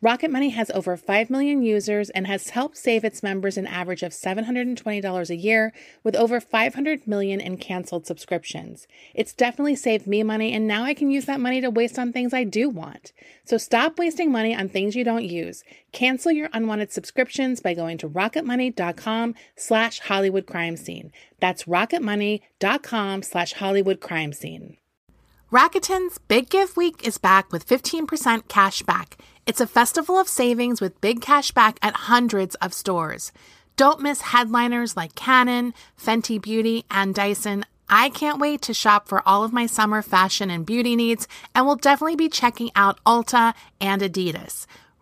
Speaker 4: Rocket Money has over 5 million users and has helped save its members an average of $720 a year with over 500 million in canceled subscriptions. It's definitely saved me money and now I can use that money to waste on things I do want. So stop wasting money on things you don't use. Cancel your unwanted subscriptions by going to rocketmoney.com slash Hollywood crime scene. That's rocketmoney.com slash Hollywood crime scene. Rakuten's Big Give Week is back with 15% cash back. It's a festival of savings with big cash back at hundreds of stores. Don't miss headliners like Canon, Fenty Beauty, and Dyson. I can't wait to shop for all of my summer fashion and beauty needs, and will definitely be checking out Ulta and Adidas.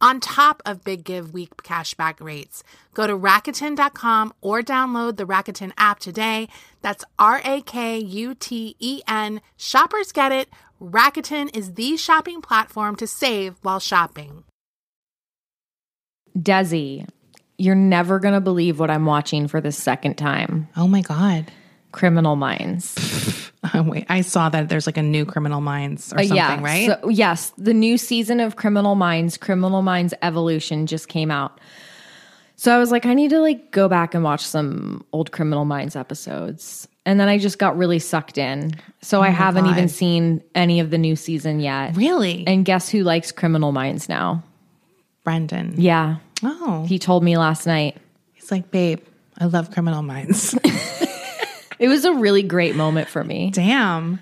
Speaker 4: on top of Big Give Week cashback rates. Go to Rakuten.com or download the Rakuten app today. That's R A K U T E N. Shoppers get it. Rakuten is the shopping platform to save while shopping.
Speaker 2: Desi, you're never going to believe what I'm watching for the second time
Speaker 3: Oh my God. [LAUGHS]
Speaker 2: Criminal Minds.
Speaker 3: Oh, wait, I saw that there's like a new Criminal Minds
Speaker 4: Uh,
Speaker 3: or something,
Speaker 2: Uh, yeah.
Speaker 3: right?
Speaker 2: So, yes. The new season of Criminal Minds, Criminal Minds Evolution, just came out. So I was like, I need to like go back and watch some old Criminal Minds episodes. And then I just got really sucked in. So I haven't even seen any of the new season yet.
Speaker 3: really?
Speaker 2: And guess who likes Criminal Minds now?
Speaker 3: Brendan.
Speaker 2: Yeah.
Speaker 3: Oh,
Speaker 2: He told me last night.
Speaker 3: he's like, babe, I love Criminal Minds.
Speaker 2: It was a really great moment for me.
Speaker 3: Damn.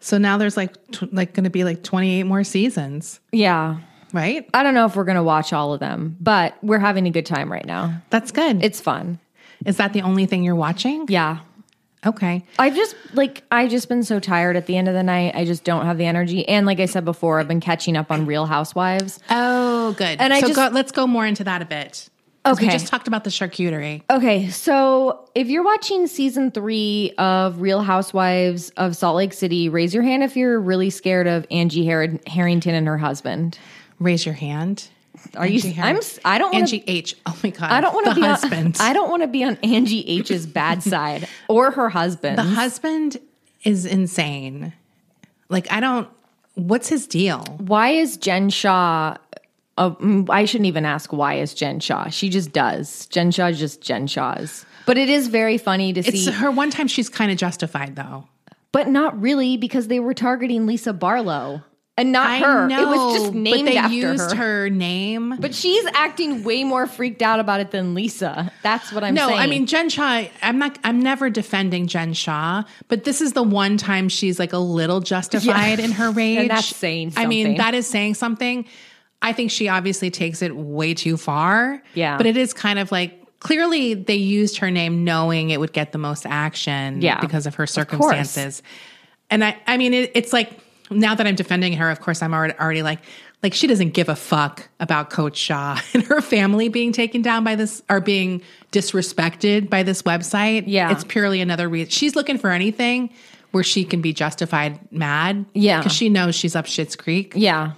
Speaker 3: So now there's like tw- like going to be like 28 more seasons,
Speaker 2: Yeah.
Speaker 3: right?
Speaker 2: I don't know if we're going to watch all of them, but we're having a good time right now.
Speaker 3: That's good.
Speaker 2: It's fun.
Speaker 3: Is that the only thing you're watching?
Speaker 2: Yeah.
Speaker 3: Okay.
Speaker 2: I've just like I've just been so tired at the end of the night. I just don't have the energy. And like I said before, I've been catching up on Real Housewives.
Speaker 3: Oh, good. And
Speaker 2: I
Speaker 3: so
Speaker 2: just-
Speaker 3: go, let's go more into that a bit. 'Cause We
Speaker 2: Okay.
Speaker 3: just talked about the charcuterie.
Speaker 2: Okay, so if you're watching season 3 of Real Housewives of Salt Lake City, raise your hand if you're really scared of Angie Har- Harrington and her husband.
Speaker 3: Raise your hand.
Speaker 2: Are you I'm s- I don't want to
Speaker 3: Angie H. Oh my God.
Speaker 2: I don't want
Speaker 3: the
Speaker 2: to be
Speaker 3: husband.
Speaker 2: On, I don't want to be on Angie H's
Speaker 3: [LAUGHS]
Speaker 2: bad side or her husband.
Speaker 3: the husband is insane. Like, I don't, what's his deal?
Speaker 2: why is Jen Shaw? Uh, mm, I shouldn't even ask why is Jen Shaw. She just does. Jen Shaw is just Jen Shaw's. But it is very funny to
Speaker 3: It's
Speaker 2: see,
Speaker 3: her one time she's kind of justified though.
Speaker 2: but not really because they were targeting Lisa Barlow and not her. it was just named
Speaker 3: but they
Speaker 2: after
Speaker 3: used
Speaker 2: her.
Speaker 3: her, name.
Speaker 2: But she's acting way more freaked out about it than Lisa. That's what I'm
Speaker 3: no,
Speaker 2: saying.
Speaker 3: I mean Jen Shaw. I'm not. I'm never defending Jen Shaw, but this is the one time she's like a little justified
Speaker 2: [LAUGHS]
Speaker 3: in her rage.
Speaker 2: that's saying
Speaker 3: I mean,
Speaker 2: something.
Speaker 3: that is saying something. I think she obviously takes it way too far.
Speaker 2: Yeah.
Speaker 3: but it is kind of like clearly they used her name knowing it would get the most action.
Speaker 2: Yeah.
Speaker 3: because of her
Speaker 2: course.
Speaker 3: circumstances. and I, I mean, it, it's like now that I'm defending her, of course, I'm already, already like, like she doesn't give a fuck about Coach Shaw [LAUGHS] and her family being taken down by this or being disrespected by this website.
Speaker 2: Yeah.
Speaker 3: it's purely another reason. She's looking for anything where she can be justified mad.
Speaker 2: Yeah.
Speaker 3: because she knows she's up Shit's Creek. Um,
Speaker 2: yeah.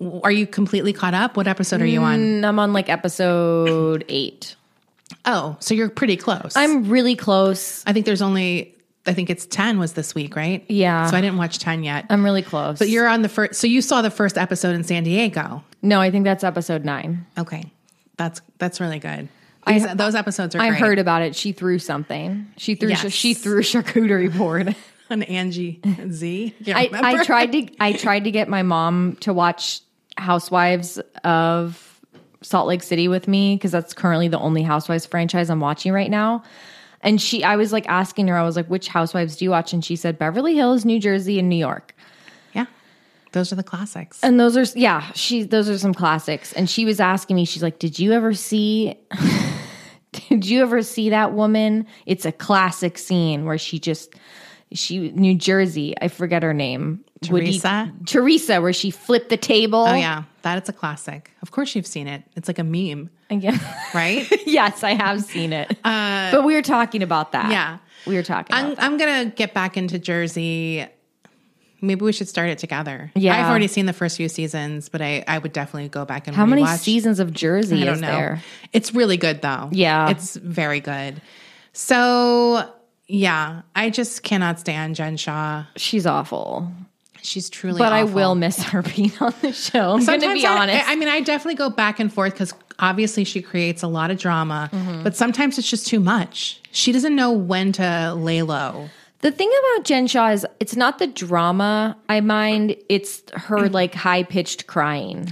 Speaker 3: Are you completely caught up? What episode are you on?
Speaker 2: And I'm on like episode eight.
Speaker 3: Oh, so you're pretty close.
Speaker 2: I'm really close.
Speaker 3: I think there's only. I think it's ten was this week, right?
Speaker 2: Yeah.
Speaker 3: So I didn't watch ten yet.
Speaker 2: I'm really close.
Speaker 3: but you're on the first. So you saw the first episode in San Diego.
Speaker 2: no, I think that's episode nine.
Speaker 3: Okay, that's that's really good. These, those episodes are.
Speaker 2: I
Speaker 3: great. [LAUGHS]
Speaker 2: heard about it. She threw something. She threw
Speaker 3: Yes.
Speaker 2: she threw [LAUGHS] a charcuterie board.
Speaker 3: on Angie Z.
Speaker 2: [LAUGHS]
Speaker 3: Yeah,
Speaker 2: I, I tried to I tried to get my mom to watch Housewives of Salt Lake City with me because that's currently the only Housewives franchise I'm watching right now. And she I was like asking her, I was like, which Housewives do you watch? And she said Beverly Hills, New Jersey, and New York.
Speaker 3: Yeah, those are the classics.
Speaker 2: And those are yeah, she those are some classics. And she was asking me, she's like, "Did you ever see [LAUGHS] Did you ever see that woman? It's a classic scene where she just she New Jersey, I forget her name. Would you-
Speaker 3: Teresa?
Speaker 2: Teresa where she flipped the table.
Speaker 3: oh yeah, that is a classic. Of course, you've seen it. It's like a meme,
Speaker 2: Again. [LAUGHS]
Speaker 3: right? Uh,
Speaker 2: yes, I have seen
Speaker 3: [LAUGHS]
Speaker 2: it. but we were talking about that.
Speaker 3: yeah.
Speaker 2: We were talking
Speaker 3: [LAUGHS] I'm
Speaker 2: about
Speaker 3: I'm gonna get back into Jersey. Maybe we should start it together.
Speaker 2: Yeah.
Speaker 3: I've already seen the first few seasons, but I, I would definitely go back and
Speaker 2: how many
Speaker 3: rewatch.
Speaker 2: seasons of Jersey
Speaker 3: I don't
Speaker 2: is
Speaker 3: know.
Speaker 2: there?
Speaker 3: It's really good though.
Speaker 2: Yeah.
Speaker 3: It's very good. So yeah, I just cannot stand Jen Shaw.
Speaker 2: She's awful.
Speaker 3: She's truly
Speaker 2: But I
Speaker 3: awful.
Speaker 2: will miss her [LAUGHS] being on the show. I'm going to
Speaker 3: Sometimes
Speaker 2: be
Speaker 3: I-
Speaker 2: honest.
Speaker 3: I, mean, I definitely go back and forth because obviously she creates a lot of drama,
Speaker 2: Mm-hmm.
Speaker 3: but sometimes it's just too much. She doesn't know when to lay low.
Speaker 2: The thing about Jen Shaw is it's not the drama I mind, it's her like high pitched crying.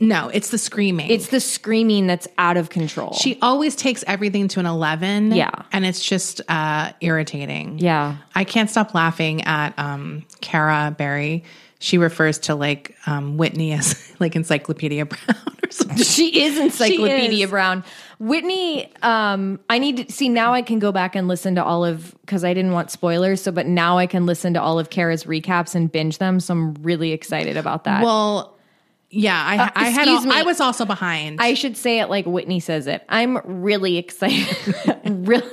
Speaker 3: No, it's the screaming.
Speaker 2: It's the screaming that's out of control.
Speaker 3: she always takes everything to an 11.
Speaker 2: Yeah.
Speaker 3: And it's just uh, irritating.
Speaker 2: yeah.
Speaker 3: I can't stop laughing at um, Cara Berry. She refers to like um, Whitney as [LAUGHS] like Encyclopedia Brown or something.
Speaker 2: She is Encyclopedia
Speaker 3: She is.
Speaker 2: Brown. Whitney, um, I need to see now I can go back and listen to all of because I didn't want spoilers, so but now I can listen to all of Kara's recaps and binge them. So I'm really excited about that.
Speaker 3: Well, yeah, I, I had.
Speaker 2: Uh, excuse
Speaker 3: al- I
Speaker 2: me.
Speaker 3: was also behind.
Speaker 2: I should say it like Whitney says it. I'm really excited. [LAUGHS] really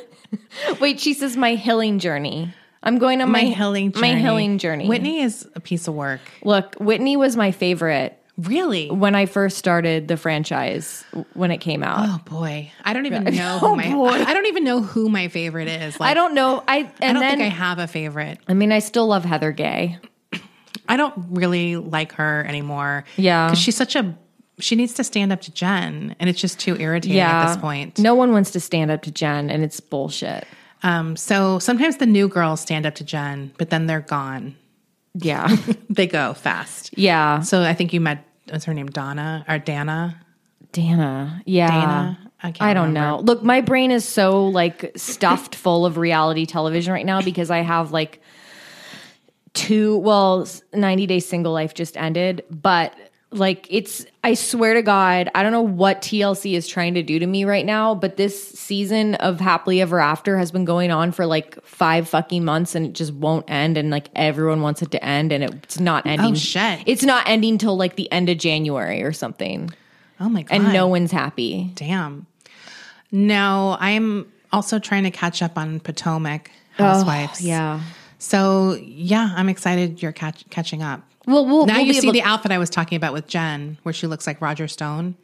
Speaker 2: Wait, she says my healing journey. I'm going on my,
Speaker 3: my healing journey.
Speaker 2: My healing journey.
Speaker 3: Whitney is a piece of work.
Speaker 2: Look, Whitney was my favorite
Speaker 3: Really?
Speaker 2: when I first started the franchise when it came out.
Speaker 3: Oh boy, I
Speaker 2: [LAUGHS]
Speaker 3: don't even know. Who my, I don't even know who my favorite is. Like,
Speaker 2: Oh, I don't know. I and
Speaker 3: I don't
Speaker 2: then
Speaker 3: think I have a favorite.
Speaker 2: I mean I still love Heather Gay.
Speaker 3: I don't really like her anymore.
Speaker 2: Yeah.
Speaker 3: 'Cause she's such a. She needs to stand up to Jen, and it's just too irritating at this point.
Speaker 2: No one wants to stand up to Jen and it's bullshit.
Speaker 3: Um. So sometimes the new girls stand up to Jen, but then they're gone.
Speaker 2: Yeah.
Speaker 3: [LAUGHS] They go fast.
Speaker 2: yeah.
Speaker 3: So I think you met. What's her name? Donna or Dana?
Speaker 2: Dana. Yeah.
Speaker 3: Dana? I
Speaker 2: I,
Speaker 3: can't
Speaker 2: don't know. Look, my brain is so like stuffed [LAUGHS] full of reality television right now because I have like two, well, s- 90 day single life just ended, but like it's, I swear to God, I don't know what TLC is trying to do to me right now, but this season of Happily Ever After has been going on for like five fucking months and it just won't end. And like everyone wants it to end and it, it's not ending.
Speaker 3: Oh, shit.
Speaker 2: It's not ending till like the end of January or something
Speaker 3: Oh my god!
Speaker 2: and no one's happy.
Speaker 3: Damn. No, I'm also trying to catch up on Potomac Housewives.
Speaker 2: Oh, Yeah.
Speaker 3: So yeah, I'm excited you're catch- catching up.
Speaker 2: Well, we'll
Speaker 3: now
Speaker 2: we'll
Speaker 3: you
Speaker 2: be
Speaker 3: see
Speaker 2: able-
Speaker 3: the outfit I was talking about with Jen, where she looks like Roger Stone.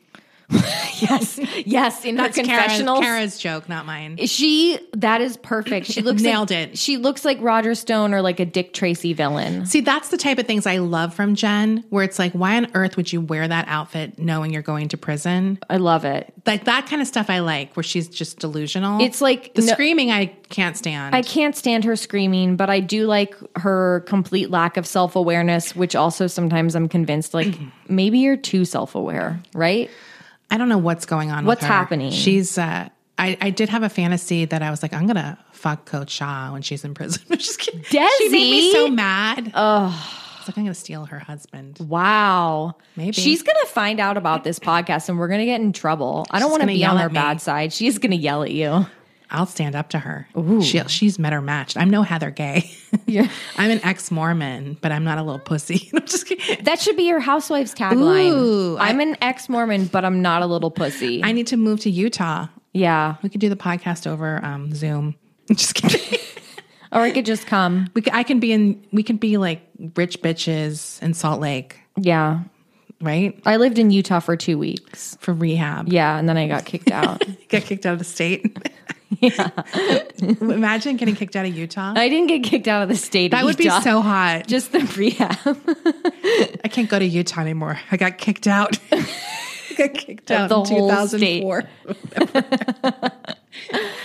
Speaker 2: [LAUGHS] yes, yes in her
Speaker 3: Kara's,
Speaker 2: confessionals.
Speaker 3: Kara's joke, not mine.
Speaker 2: She that is perfect.
Speaker 3: [LAUGHS]
Speaker 2: She looks
Speaker 3: Nailed
Speaker 2: like,
Speaker 3: it.
Speaker 2: She looks like Roger Stone or like a Dick Tracy villain.
Speaker 3: See, that's the type of things I love from Jen, where it's like, why on earth would you wear that outfit knowing you're going to prison?
Speaker 2: I love it.
Speaker 3: Like that kind of stuff I like, where she's just delusional.
Speaker 2: It's like
Speaker 3: the
Speaker 2: no-
Speaker 3: screaming I can't stand.
Speaker 2: I can't stand her screaming, but I do like her complete lack of self awareness, which also sometimes I'm convinced
Speaker 3: [CLEARS THROAT]
Speaker 2: like maybe you're too self aware, right?
Speaker 3: I don't know what's going on.
Speaker 2: What's
Speaker 3: with her.
Speaker 2: happening?
Speaker 3: She's. Uh, I, I did have a fantasy that I was like, I'm gonna fuck Coach Shaw when she's in prison. [LAUGHS] I'm just kidding. She made me
Speaker 2: Desi?
Speaker 3: so mad. Oh, it's like I'm gonna steal her husband.
Speaker 2: Wow.
Speaker 3: Maybe.
Speaker 2: She's going to find out about this podcast and we're going to get in trouble. I don't want to
Speaker 3: gonna
Speaker 2: be
Speaker 3: yell
Speaker 2: on
Speaker 3: at
Speaker 2: her
Speaker 3: me.
Speaker 2: bad side. She is going to yell at you.
Speaker 3: I'll stand up to her. She, she's met her match. I'm no Heather Gay. [LAUGHS]
Speaker 2: [LAUGHS] Yeah.
Speaker 3: I'm an ex Mormon, but I'm not a little pussy. [LAUGHS] I'm just kidding.
Speaker 2: That should be your housewives tagline.
Speaker 3: Ooh,
Speaker 2: I'm an ex Mormon, but I'm not a little pussy.
Speaker 3: I need to move to Utah.
Speaker 2: yeah.
Speaker 3: We could do the podcast over um, Zoom. [LAUGHS] I'm just kidding.
Speaker 2: Or I could just come.
Speaker 3: we, c- I can be in. We can be like rich bitches in Salt Lake,
Speaker 2: Yeah.
Speaker 3: right?
Speaker 2: I lived in Utah for two weeks.
Speaker 3: For rehab.
Speaker 2: Yeah. And then I got kicked
Speaker 3: [LAUGHS]
Speaker 2: out.
Speaker 3: get kicked out of
Speaker 2: [LAUGHS]
Speaker 3: the state. [LAUGHS] Imagine getting kicked out of Utah.
Speaker 2: I didn't get kicked out of the state.
Speaker 3: that
Speaker 2: of
Speaker 3: would be
Speaker 2: Utah.
Speaker 3: so
Speaker 2: [LAUGHS]
Speaker 3: hot.
Speaker 2: Just the rehab.
Speaker 3: I can't go to Utah anymore. I got kicked out. [LAUGHS] I got kicked out
Speaker 2: the
Speaker 3: in
Speaker 2: whole
Speaker 3: 2004.
Speaker 2: [LAUGHS]
Speaker 3: [LAUGHS]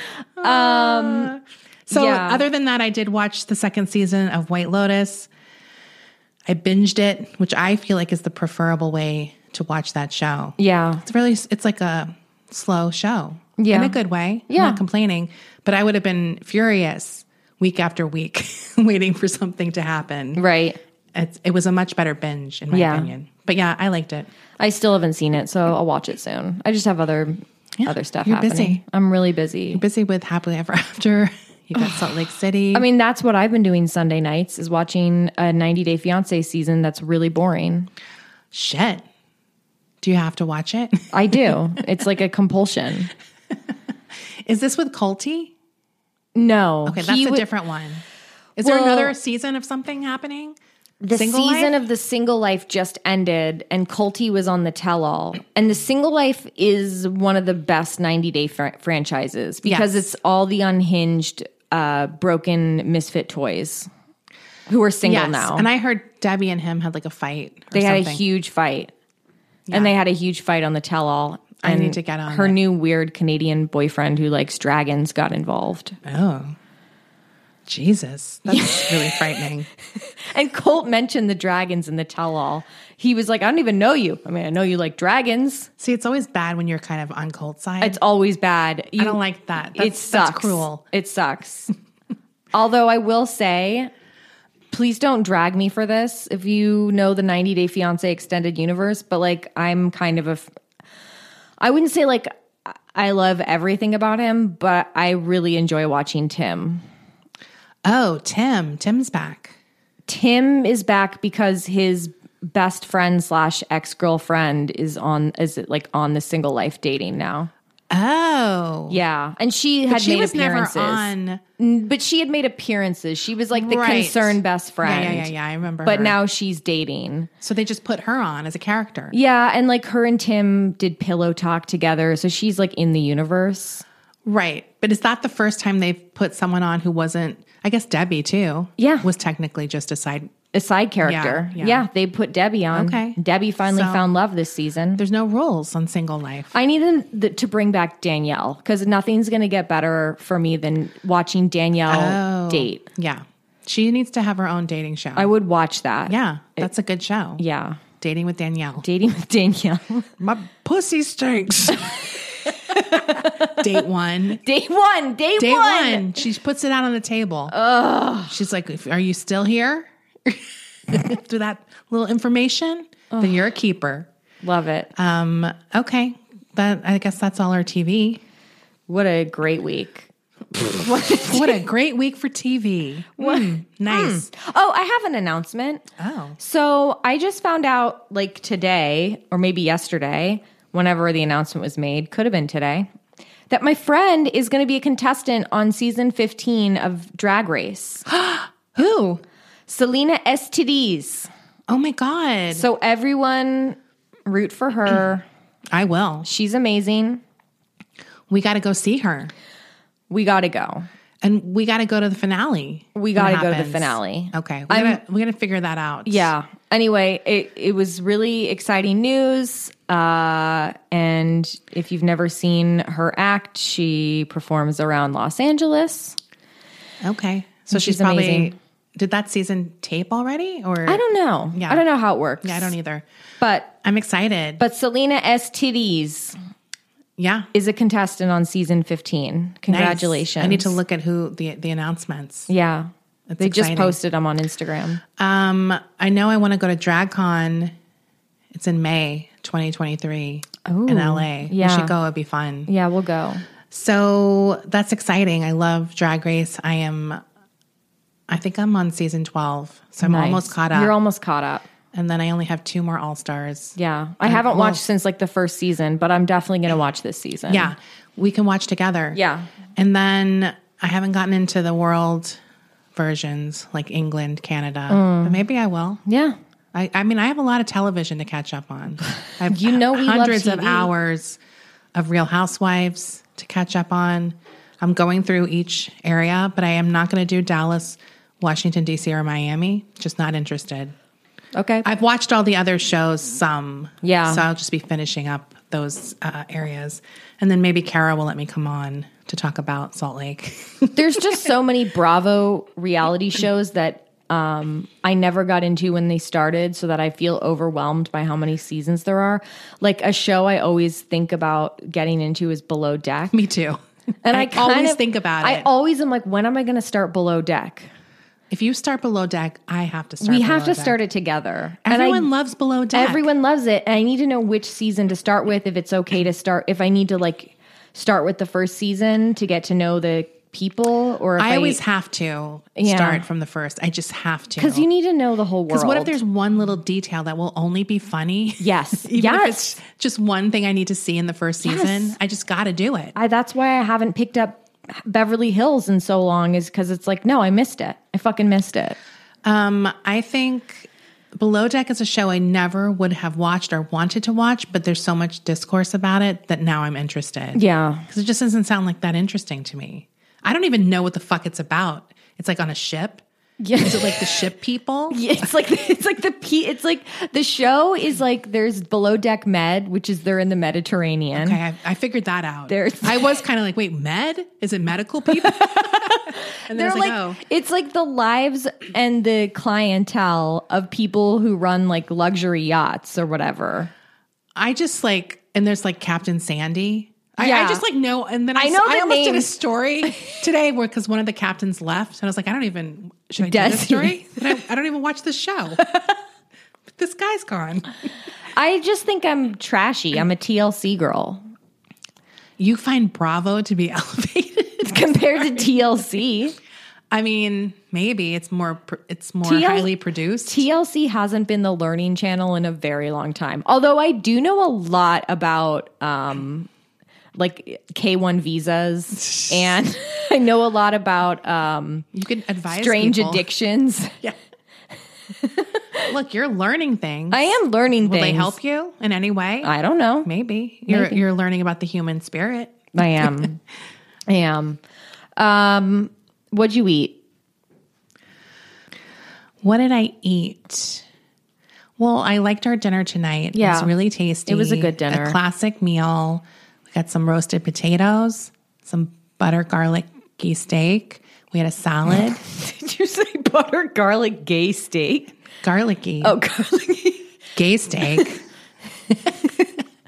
Speaker 3: Uh, so
Speaker 2: Um, yeah.
Speaker 3: other than that, I did watch the second season of White Lotus. I binged it, which I feel like is the preferable way to watch that show.
Speaker 2: Yeah.
Speaker 3: It's really it's like a slow show.
Speaker 2: Yeah.
Speaker 3: In a good way. I'm
Speaker 2: Yeah.
Speaker 3: not complaining. But I would have been furious week after week [LAUGHS] waiting for something to happen.
Speaker 2: Right.
Speaker 3: It's, it was a much better binge in my
Speaker 2: Yeah.
Speaker 3: opinion. But yeah, I liked it.
Speaker 2: I still haven't seen it, so I'll watch it soon. I just have other other stuff
Speaker 3: you're
Speaker 2: happening.
Speaker 3: busy.
Speaker 2: I'm really busy.
Speaker 3: Busy with Happily Ever After. [LAUGHS] You got Salt Lake City.
Speaker 2: I mean, that's what I've been doing Sunday nights is watching a 90 Day Fiance season that's really boring.
Speaker 3: shit. Do you have to watch it? [LAUGHS]
Speaker 2: I do. it's like a compulsion.
Speaker 3: Is this with Colty?
Speaker 2: No.
Speaker 3: Okay,
Speaker 2: he
Speaker 3: that's a
Speaker 2: would-
Speaker 3: different one. Is there
Speaker 2: Well-
Speaker 3: another season of something happening?
Speaker 2: The
Speaker 3: Single
Speaker 2: season
Speaker 3: Life?
Speaker 2: of the single life just ended, and Colty was on the tell all. And the single life is one of the best 90 day fr- franchises because
Speaker 3: Yes.
Speaker 2: it's all the unhinged, uh, broken misfit toys who are single
Speaker 3: Yes.
Speaker 2: now.
Speaker 3: And I heard Debbie and him had like a fight. Or
Speaker 2: they
Speaker 3: something.
Speaker 2: had a huge fight, and they had a huge fight on the tell all.
Speaker 3: I need to get on
Speaker 2: her
Speaker 3: it.
Speaker 2: new weird Canadian boyfriend who likes dragons got involved.
Speaker 3: Oh. Jesus. That's really frightening.
Speaker 2: And Colt mentioned the dragons in the tell all. He was like, I don't even know you. I mean, I know you like dragons.
Speaker 3: See, it's always bad when you're kind of on cold side.
Speaker 2: It's always bad. You,
Speaker 3: I don't like that. That's,
Speaker 2: it sucks.
Speaker 3: That's cruel.
Speaker 2: It sucks. [LAUGHS] Although I will say, please don't drag me for this. If you know the 90 Day Fiance extended universe, but like I'm kind of a, f- I wouldn't say like I- I love everything about him, but I really enjoy watching Tim.
Speaker 3: Oh, Tim. Tim's back.
Speaker 2: Tim is back because his best friend slash ex girlfriend is on is like on the single life dating now.
Speaker 3: Oh.
Speaker 2: Yeah, and she had
Speaker 3: But she
Speaker 2: made
Speaker 3: was never
Speaker 2: appearances.
Speaker 3: on.
Speaker 2: Mm, But she had made appearances. She was like the
Speaker 3: Right.
Speaker 2: concerned best
Speaker 3: Yeah,
Speaker 2: friend.
Speaker 3: yeah, yeah, yeah. I remember.
Speaker 2: But
Speaker 3: her.
Speaker 2: now she's dating.
Speaker 3: So they just put her on as a character.
Speaker 2: Yeah, and like her and Tim did pillow talk together, so she's like in the universe.
Speaker 3: Right. But is that the first time they've put someone on who wasn't, I guess Debbie too?
Speaker 2: Yeah.
Speaker 3: Was technically just a side.
Speaker 2: A side character.
Speaker 3: Yeah, yeah.
Speaker 2: they put Debbie on.
Speaker 3: Okay.
Speaker 2: Debbie finally
Speaker 3: So-
Speaker 2: found love this season.
Speaker 3: There's no rules on single life.
Speaker 2: I need them th- to bring back Danielle because nothing's going to get better for me than watching
Speaker 3: Oh.
Speaker 2: Danielle Oh, date.
Speaker 3: yeah. She needs to have her own dating show.
Speaker 2: I would watch that.
Speaker 3: yeah. That's a good show.
Speaker 2: Yeah.
Speaker 3: Dating with Danielle.
Speaker 2: Dating with Danielle. [LAUGHS]
Speaker 3: My pussy stinks. Date one.
Speaker 2: day one. Day,
Speaker 3: Day
Speaker 2: one.
Speaker 3: one. She puts it out on the table. She's like, "If- Are you still here? [LAUGHS] After that little information, then you're a keeper.
Speaker 2: Love it.
Speaker 3: Um, okay. That I guess that's all our TV.
Speaker 2: what a great week. [LAUGHS]
Speaker 3: What a great week for TV. Mm, nice.
Speaker 2: Oh, I have an announcement.
Speaker 3: Oh.
Speaker 2: So I just found out like today or maybe yesterday, whenever the announcement was made, could have been today, that my friend is going to be a contestant on season 15 of Drag
Speaker 3: [GASPS]
Speaker 2: Race.
Speaker 3: Who?
Speaker 2: Selena STDs.
Speaker 3: Oh my God.
Speaker 2: So everyone root for
Speaker 3: [CLEARS THROAT]
Speaker 2: her.
Speaker 3: I will.
Speaker 2: She's amazing.
Speaker 3: We got to go see her.
Speaker 2: We got to go.
Speaker 3: And we got to go to the finale.
Speaker 2: We
Speaker 3: when it
Speaker 2: gotta go to the
Speaker 3: happens.
Speaker 2: finale.
Speaker 3: Okay. We
Speaker 2: I'm-
Speaker 3: gotta, we gotta figure that out.
Speaker 2: Yeah. Anyway, it, it was really exciting news. Uh, and if you've never seen her act, she performs around Los Angeles.
Speaker 3: Okay. So she's,
Speaker 2: she's
Speaker 3: probably.
Speaker 2: amazing.
Speaker 3: Did that season tape already? Or
Speaker 2: I don't know.
Speaker 3: Yeah.
Speaker 2: I don't know how it works.
Speaker 3: Yeah, I don't e- either.
Speaker 2: But
Speaker 3: I'm excited.
Speaker 2: but Selena S. Titties
Speaker 3: yeah.
Speaker 2: is a contestant on season 15.
Speaker 3: Nice.
Speaker 2: Congratulations.
Speaker 3: I need to look at who the the announcements.
Speaker 2: Yeah. they
Speaker 3: exciting.
Speaker 2: just posted them on Instagram.
Speaker 3: Um, I know I want to go to DragCon. It's in May 2023 in LA.
Speaker 2: yeah.
Speaker 3: We should go. It'd be fun.
Speaker 2: Yeah, we'll go.
Speaker 3: So that's exciting. I love Drag Race. I am, I think I'm on season 12. So I'm almost
Speaker 2: Nice.
Speaker 3: caught up.
Speaker 2: You're almost caught up.
Speaker 3: and then I only have two more All Stars.
Speaker 2: Yeah. I haven't watched since like the first season, but I'm definitely going to watch this season.
Speaker 3: Yeah. We can watch together.
Speaker 2: Yeah.
Speaker 3: And then I haven't gotten into the world versions like England, Canada, but maybe I will.
Speaker 2: Mm. Yeah.
Speaker 3: I, I mean, I have a lot of television to catch
Speaker 2: [LAUGHS]
Speaker 3: up on. I have
Speaker 2: You know we love
Speaker 3: hundreds of
Speaker 2: TV.
Speaker 3: hours of Real Housewives to catch up on. I'm going through each area, but I am not going to do Dallas, Washington D.C., or Miami. Just not interested.
Speaker 2: Okay.
Speaker 3: I've watched all the other shows, some.
Speaker 2: Yeah.
Speaker 3: So I'll just be finishing up those uh, areas, and then maybe Kara will let me come on to talk about
Speaker 2: [LAUGHS]
Speaker 3: Salt Lake.
Speaker 2: There's just so many Bravo reality shows that um, I never got into when they started, so that I feel overwhelmed by how many seasons there are. Like a show I always think about getting into is Below Deck.
Speaker 3: [LAUGHS] me too.
Speaker 2: And I, kind
Speaker 3: always
Speaker 2: of-
Speaker 3: think about
Speaker 2: I
Speaker 3: it.
Speaker 2: always am like, when am I going to start Below Deck?
Speaker 3: if you start below deck, I have to start.
Speaker 2: we have to
Speaker 3: Below Deck.
Speaker 2: start it together. And I-
Speaker 3: Everyone loves below deck.
Speaker 2: Everyone loves it. And I need to know which season to start with, if it's okay to start, if I need to like start with the first season to get to know the people, or if
Speaker 3: I always have to
Speaker 2: Yeah.
Speaker 3: start from the first. I just have to.
Speaker 2: because you need to know the whole world.
Speaker 3: Because what if there's one little detail that will only be funny?
Speaker 2: Yes.
Speaker 3: [LAUGHS] Even if
Speaker 2: yes.
Speaker 3: it's just one thing I need to see in the first season, I just got to do it.
Speaker 2: I, that's why I haven't picked up Beverly Hills in so long is because it's like, no, I missed it. I fucking missed it.
Speaker 3: Um, I think Below Deck is a show I never would have watched or wanted to watch, but there's so much discourse about it that now I'm interested.
Speaker 2: Yeah.
Speaker 3: Because it just doesn't sound like that interesting to me. I don't even know what the fuck it's about. It's like on a ship.
Speaker 2: Yeah.
Speaker 3: Is it like the
Speaker 2: [LAUGHS]
Speaker 3: ship people?
Speaker 2: [LAUGHS] It's like it's like the pe- it's like the show is like there's below deck med, which is they're in the Mediterranean.
Speaker 3: Okay, I, I figured that out.
Speaker 2: There's-
Speaker 3: I was kind of like, wait, med? Is it
Speaker 2: [LAUGHS]
Speaker 3: medical people? [LAUGHS] and then I
Speaker 2: They're
Speaker 3: was
Speaker 2: like,
Speaker 3: like, oh,
Speaker 2: it's like the lives and the clientele of people who run like luxury yachts or whatever.
Speaker 3: I just like, and there's like Captain Sandy. I, I
Speaker 2: Yeah.
Speaker 3: just like know, and then I,
Speaker 2: I
Speaker 3: s-
Speaker 2: know
Speaker 3: I
Speaker 2: the
Speaker 3: almost did a
Speaker 2: names. [LAUGHS]
Speaker 3: story today where because one of the captains left, and I was like, I don't even should I do this
Speaker 2: Desi.
Speaker 3: story? But I, I don't even watch
Speaker 2: [LAUGHS]
Speaker 3: the show. But this guy's gone.
Speaker 2: I just think I'm trashy. I'm a TLC girl [LAUGHS]
Speaker 3: You find Bravo to be [LAUGHS] elevated.
Speaker 2: compared to TLC.
Speaker 3: I mean, maybe it's more pr- it's more
Speaker 2: TL
Speaker 3: highly produced.
Speaker 2: TLC hasn't been the learning channel in a very long time. Although I do know a lot about um like K1
Speaker 3: [LAUGHS]
Speaker 2: visas. and [LAUGHS] I know a lot about um,
Speaker 3: You can advise
Speaker 2: strange
Speaker 3: people.
Speaker 2: addictions.
Speaker 3: Look, you're learning things.
Speaker 2: I am learning
Speaker 3: Will
Speaker 2: things.
Speaker 3: they help you in any way?
Speaker 2: I don't know.
Speaker 3: Maybe you're you're learning about the human spirit.
Speaker 2: I
Speaker 3: [LAUGHS]
Speaker 2: am. I am. Um, what'd you eat?
Speaker 3: What did I eat? Well, I liked our dinner tonight. It was
Speaker 2: Yeah.
Speaker 3: really tasty.
Speaker 2: It was a good dinner.
Speaker 3: A classic meal. We got some roasted potatoes, some butter garlicky steak. We had
Speaker 2: [LAUGHS]
Speaker 3: a salad.
Speaker 2: Did you say butter garlic gay steak?
Speaker 3: garlicky.
Speaker 2: Oh, garlic.
Speaker 3: gay steak.
Speaker 2: [LAUGHS]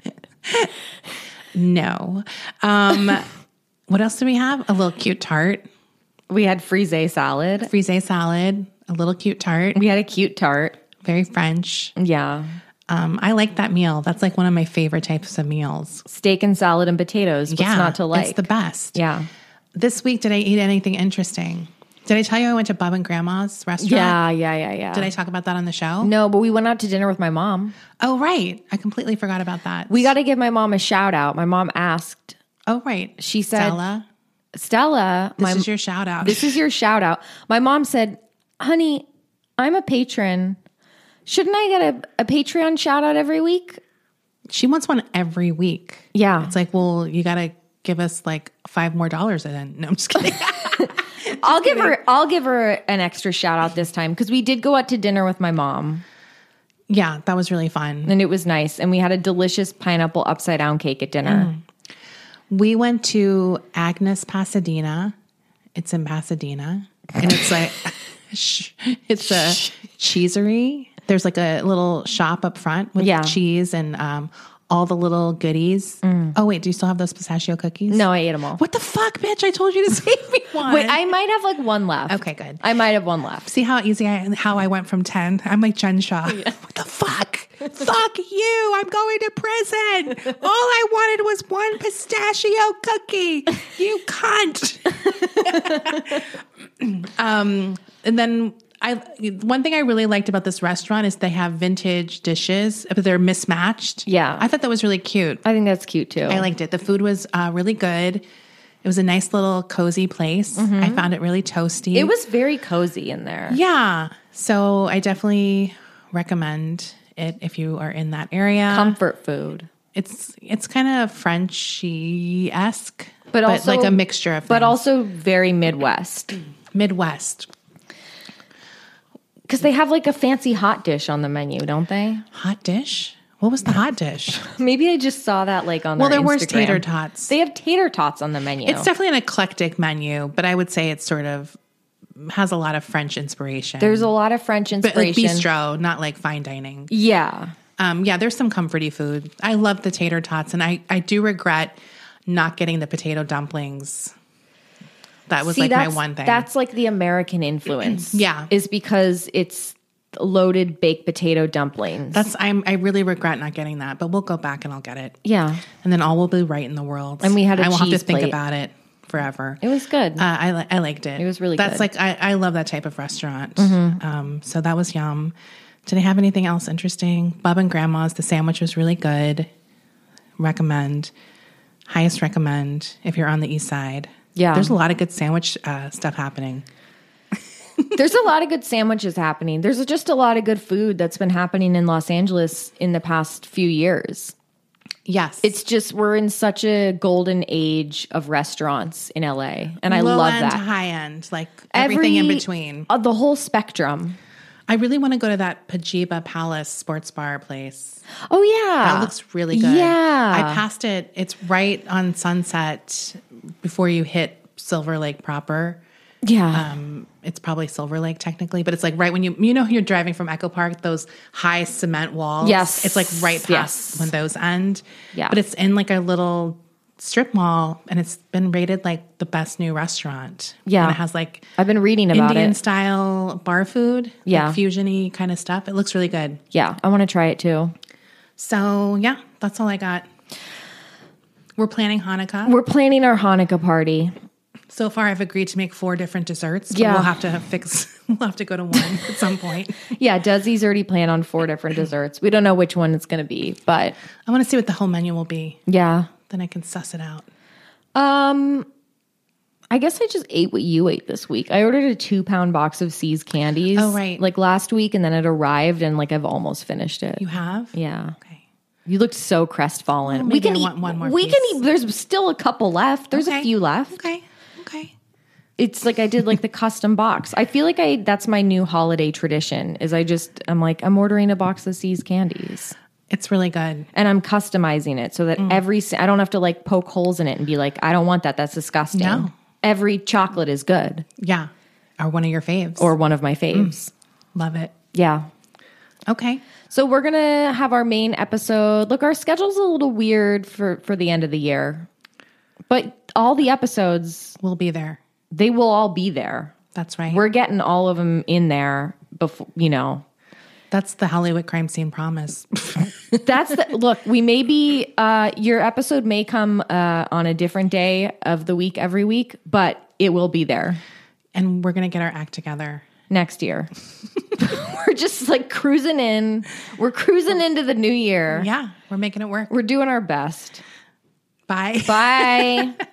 Speaker 3: no. Um, what else do we have? A little cute tart,
Speaker 2: [LAUGHS] we had frise salad.
Speaker 3: frise salad, a little cute tart,
Speaker 2: We had a cute tart.
Speaker 3: very French.
Speaker 2: Yeah.
Speaker 3: Um, I like that meal. That's like one of my favorite types of meals.
Speaker 2: Steak and salad and potatoes. What's not to like?
Speaker 3: It's the best.
Speaker 2: yeah.
Speaker 3: This week, did I eat anything interesting? Did I tell you I went to Bob and Grandma's restaurant?
Speaker 2: Yeah, yeah, yeah, yeah.
Speaker 3: Did I talk about that on the show?
Speaker 2: No, but we went out to dinner with my mom.
Speaker 3: Oh, right. I completely forgot about that.
Speaker 2: We got to give my mom a shout out. My mom asked
Speaker 3: Oh, right.
Speaker 2: She said-
Speaker 3: Stella,
Speaker 2: Stella,
Speaker 3: this
Speaker 2: my
Speaker 3: is your shout out.
Speaker 2: [LAUGHS] this is your shout out. My mom said, "Honey, I'm a patron. Shouldn't I get a, a Patreon shout out every week?"
Speaker 3: She wants one every week.
Speaker 2: Yeah.
Speaker 3: It's like, well, you got to give us like five more dollars. And then, no, I'm just
Speaker 2: [LAUGHS]
Speaker 3: kidding.
Speaker 2: I'll give her I'll give her an extra shout out this time cuz we did go out to dinner with my mom
Speaker 3: yeah, that was really fun.
Speaker 2: and it was nice and we had a delicious pineapple upside down cake at dinner.
Speaker 3: Mm. We went to Agnes Pasadena. It's in Pasadena. And it's
Speaker 2: [LAUGHS]
Speaker 3: like, sh- it's a cheesery. There's like a little shop up front with
Speaker 2: Yeah.
Speaker 3: cheese and um, all the little goodies. Oh, wait, do you still have those pistachio cookies?
Speaker 2: Mm. No, I ate them all.
Speaker 3: What the fuck, bitch? I told you to [LAUGHS] save me one.
Speaker 2: Wait, I might have like one left.
Speaker 3: Okay, good.
Speaker 2: I might have one left.
Speaker 3: See how easy I how I went from ten. I'm like Jen Shaw. [LAUGHS] What the fuck? fuck you! I'm going to prison. All I wanted was one pistachio cookie. You cunt. [LAUGHS] um, and then I one thing I really liked about this restaurant is they have vintage dishes, but they're mismatched.
Speaker 2: Yeah.
Speaker 3: I thought that was really cute.
Speaker 2: I think that's cute too.
Speaker 3: I liked it. The food was uh, really good. It was a nice little cozy place. I found it really toasty.
Speaker 2: Mm-hmm. it was very cozy in there.
Speaker 3: Yeah. So I definitely recommend it if you are in that area.
Speaker 2: Comfort food.
Speaker 3: It's it's kind of Frenchy esque,
Speaker 2: But also-
Speaker 3: like a mixture of
Speaker 2: But
Speaker 3: things.
Speaker 2: also very Midwest.
Speaker 3: Midwest
Speaker 2: Because they have like a fancy hot dish on the menu, don't they?
Speaker 3: hot dish. What was the hot dish?
Speaker 2: [LAUGHS] Maybe I just saw that like on
Speaker 3: well,
Speaker 2: their
Speaker 3: there were
Speaker 2: Instagram.
Speaker 3: tater tots.
Speaker 2: They have tater tots on the menu.
Speaker 3: it's definitely an eclectic menu, but I would say it's sort of has a lot of French inspiration.
Speaker 2: There's a lot of French
Speaker 3: but like
Speaker 2: inspiration.
Speaker 3: bistro, not like fine dining.
Speaker 2: yeah.
Speaker 3: Um, yeah, there's some comforty food. I love the tater tots, and I, I do regret not getting the potato dumplings. That was
Speaker 2: See,
Speaker 3: like my
Speaker 2: that's,
Speaker 3: one thing.
Speaker 2: That's like the American [CLEARS THROAT] influence.
Speaker 3: Yeah.
Speaker 2: Is because it's loaded baked potato dumplings.
Speaker 3: that's I'm I really regret not getting that, but we'll go back and I'll get it,
Speaker 2: yeah.
Speaker 3: and then all will be right in the world.
Speaker 2: And we had a
Speaker 3: I won't have to
Speaker 2: cheese
Speaker 3: think
Speaker 2: plate.
Speaker 3: about it forever.
Speaker 2: It was good.
Speaker 3: Uh, I li- I liked it. It
Speaker 2: was really
Speaker 3: That's
Speaker 2: good. Mm-hmm.
Speaker 3: like I, I love that type of restaurant. Um, so that was yum. Did I have anything else interesting? Bub and Grandma's. The sandwich was really good. Recommend. Highest recommend if you're on the east side.
Speaker 2: Yeah.
Speaker 3: there's a lot of good sandwich uh, stuff happening.
Speaker 2: There's a lot of good sandwiches happening. There's just a lot of good food that's been happening in Los Angeles in the past few years.
Speaker 3: Yes,
Speaker 2: It's just we're in such a golden age of restaurants in LA, and I
Speaker 3: low
Speaker 2: love
Speaker 3: end,
Speaker 2: that.
Speaker 3: high end, like everything in
Speaker 2: Every-
Speaker 3: between.
Speaker 2: Uh, the whole spectrum.
Speaker 3: I really want to go to that Pajiba Palace sports bar place.
Speaker 2: Oh yeah,
Speaker 3: That looks really good.
Speaker 2: Yeah.
Speaker 3: I passed it. It's right on Sunset before you hit Silver Lake proper.
Speaker 2: yeah.
Speaker 3: Um, it's probably Silver Lake technically, but it's like right when you you know you're driving from Echo Park, those high cement walls.
Speaker 2: Yes.
Speaker 3: It's like right past
Speaker 2: Yes.
Speaker 3: when those end.
Speaker 2: Yeah.
Speaker 3: But it's in like a little strip mall and it's been rated like the best new restaurant.
Speaker 2: Yeah.
Speaker 3: And it has like
Speaker 2: I've been reading about
Speaker 3: Indian
Speaker 2: it.
Speaker 3: style bar food.
Speaker 2: Yeah.
Speaker 3: Like fusiony kind of stuff. It looks really good.
Speaker 2: Yeah, I want to try it too.
Speaker 3: So yeah, that's all I got. We're planning Hanukkah.
Speaker 2: We're planning our Hanukkah party.
Speaker 3: so far, I've agreed to make four different desserts. But
Speaker 2: Yeah.
Speaker 3: we'll have to fix. [LAUGHS] We'll have to go to one
Speaker 2: [LAUGHS]
Speaker 3: at some point.
Speaker 2: Yeah, Desi's already planned on four different desserts. We don't know which one it's going to be, but
Speaker 3: I want to see what the whole menu will be.
Speaker 2: yeah,
Speaker 3: Then I can suss it out.
Speaker 2: Um, I guess I just ate what you ate this week. I ordered a two pound box of C's candies.
Speaker 3: Oh, right.
Speaker 2: Like last week, and then it arrived, and like I've almost finished it.
Speaker 3: You have?
Speaker 2: yeah.
Speaker 3: Okay.
Speaker 2: You looked so crestfallen. we
Speaker 3: maybe
Speaker 2: can
Speaker 3: I
Speaker 2: eat
Speaker 3: want one more
Speaker 2: We
Speaker 3: piece.
Speaker 2: can eat. There's still a couple left. There's
Speaker 3: Okay.
Speaker 2: a few left.
Speaker 3: Okay. Okay.
Speaker 2: It's like I did like the [LAUGHS] custom box. I feel like I that's my new holiday tradition. Is I just I'm like I'm ordering a box of C's candies
Speaker 3: It's really good.
Speaker 2: and I'm customizing it so that every si- I don't have to like poke holes in it and be like I don't want that. That's disgusting.
Speaker 3: No.
Speaker 2: Every chocolate is good
Speaker 3: Yeah. Or one of your faves.
Speaker 2: or one of my faves.
Speaker 3: Love it.
Speaker 2: Yeah.
Speaker 3: Okay.
Speaker 2: So we're gonna have our main episode. Look, our schedule's a little weird for for the end of the year, but all the episodes
Speaker 3: We'll be there.
Speaker 2: they will all be there.
Speaker 3: That's right.
Speaker 2: We're getting all of them in there before you know
Speaker 3: That's the Hollywood crime scene
Speaker 2: [LAUGHS]
Speaker 3: promise.
Speaker 2: That's the [LAUGHS] look. We may be uh, your episode may come uh, on a different day of the week every week, but it will be there
Speaker 3: and we're going to get our act together.
Speaker 2: next year. [LAUGHS] we're just like cruising in. We're cruising into the new year.
Speaker 3: Yeah. We're making it work.
Speaker 2: We're doing our best.
Speaker 3: Bye. [LAUGHS]
Speaker 2: Bye.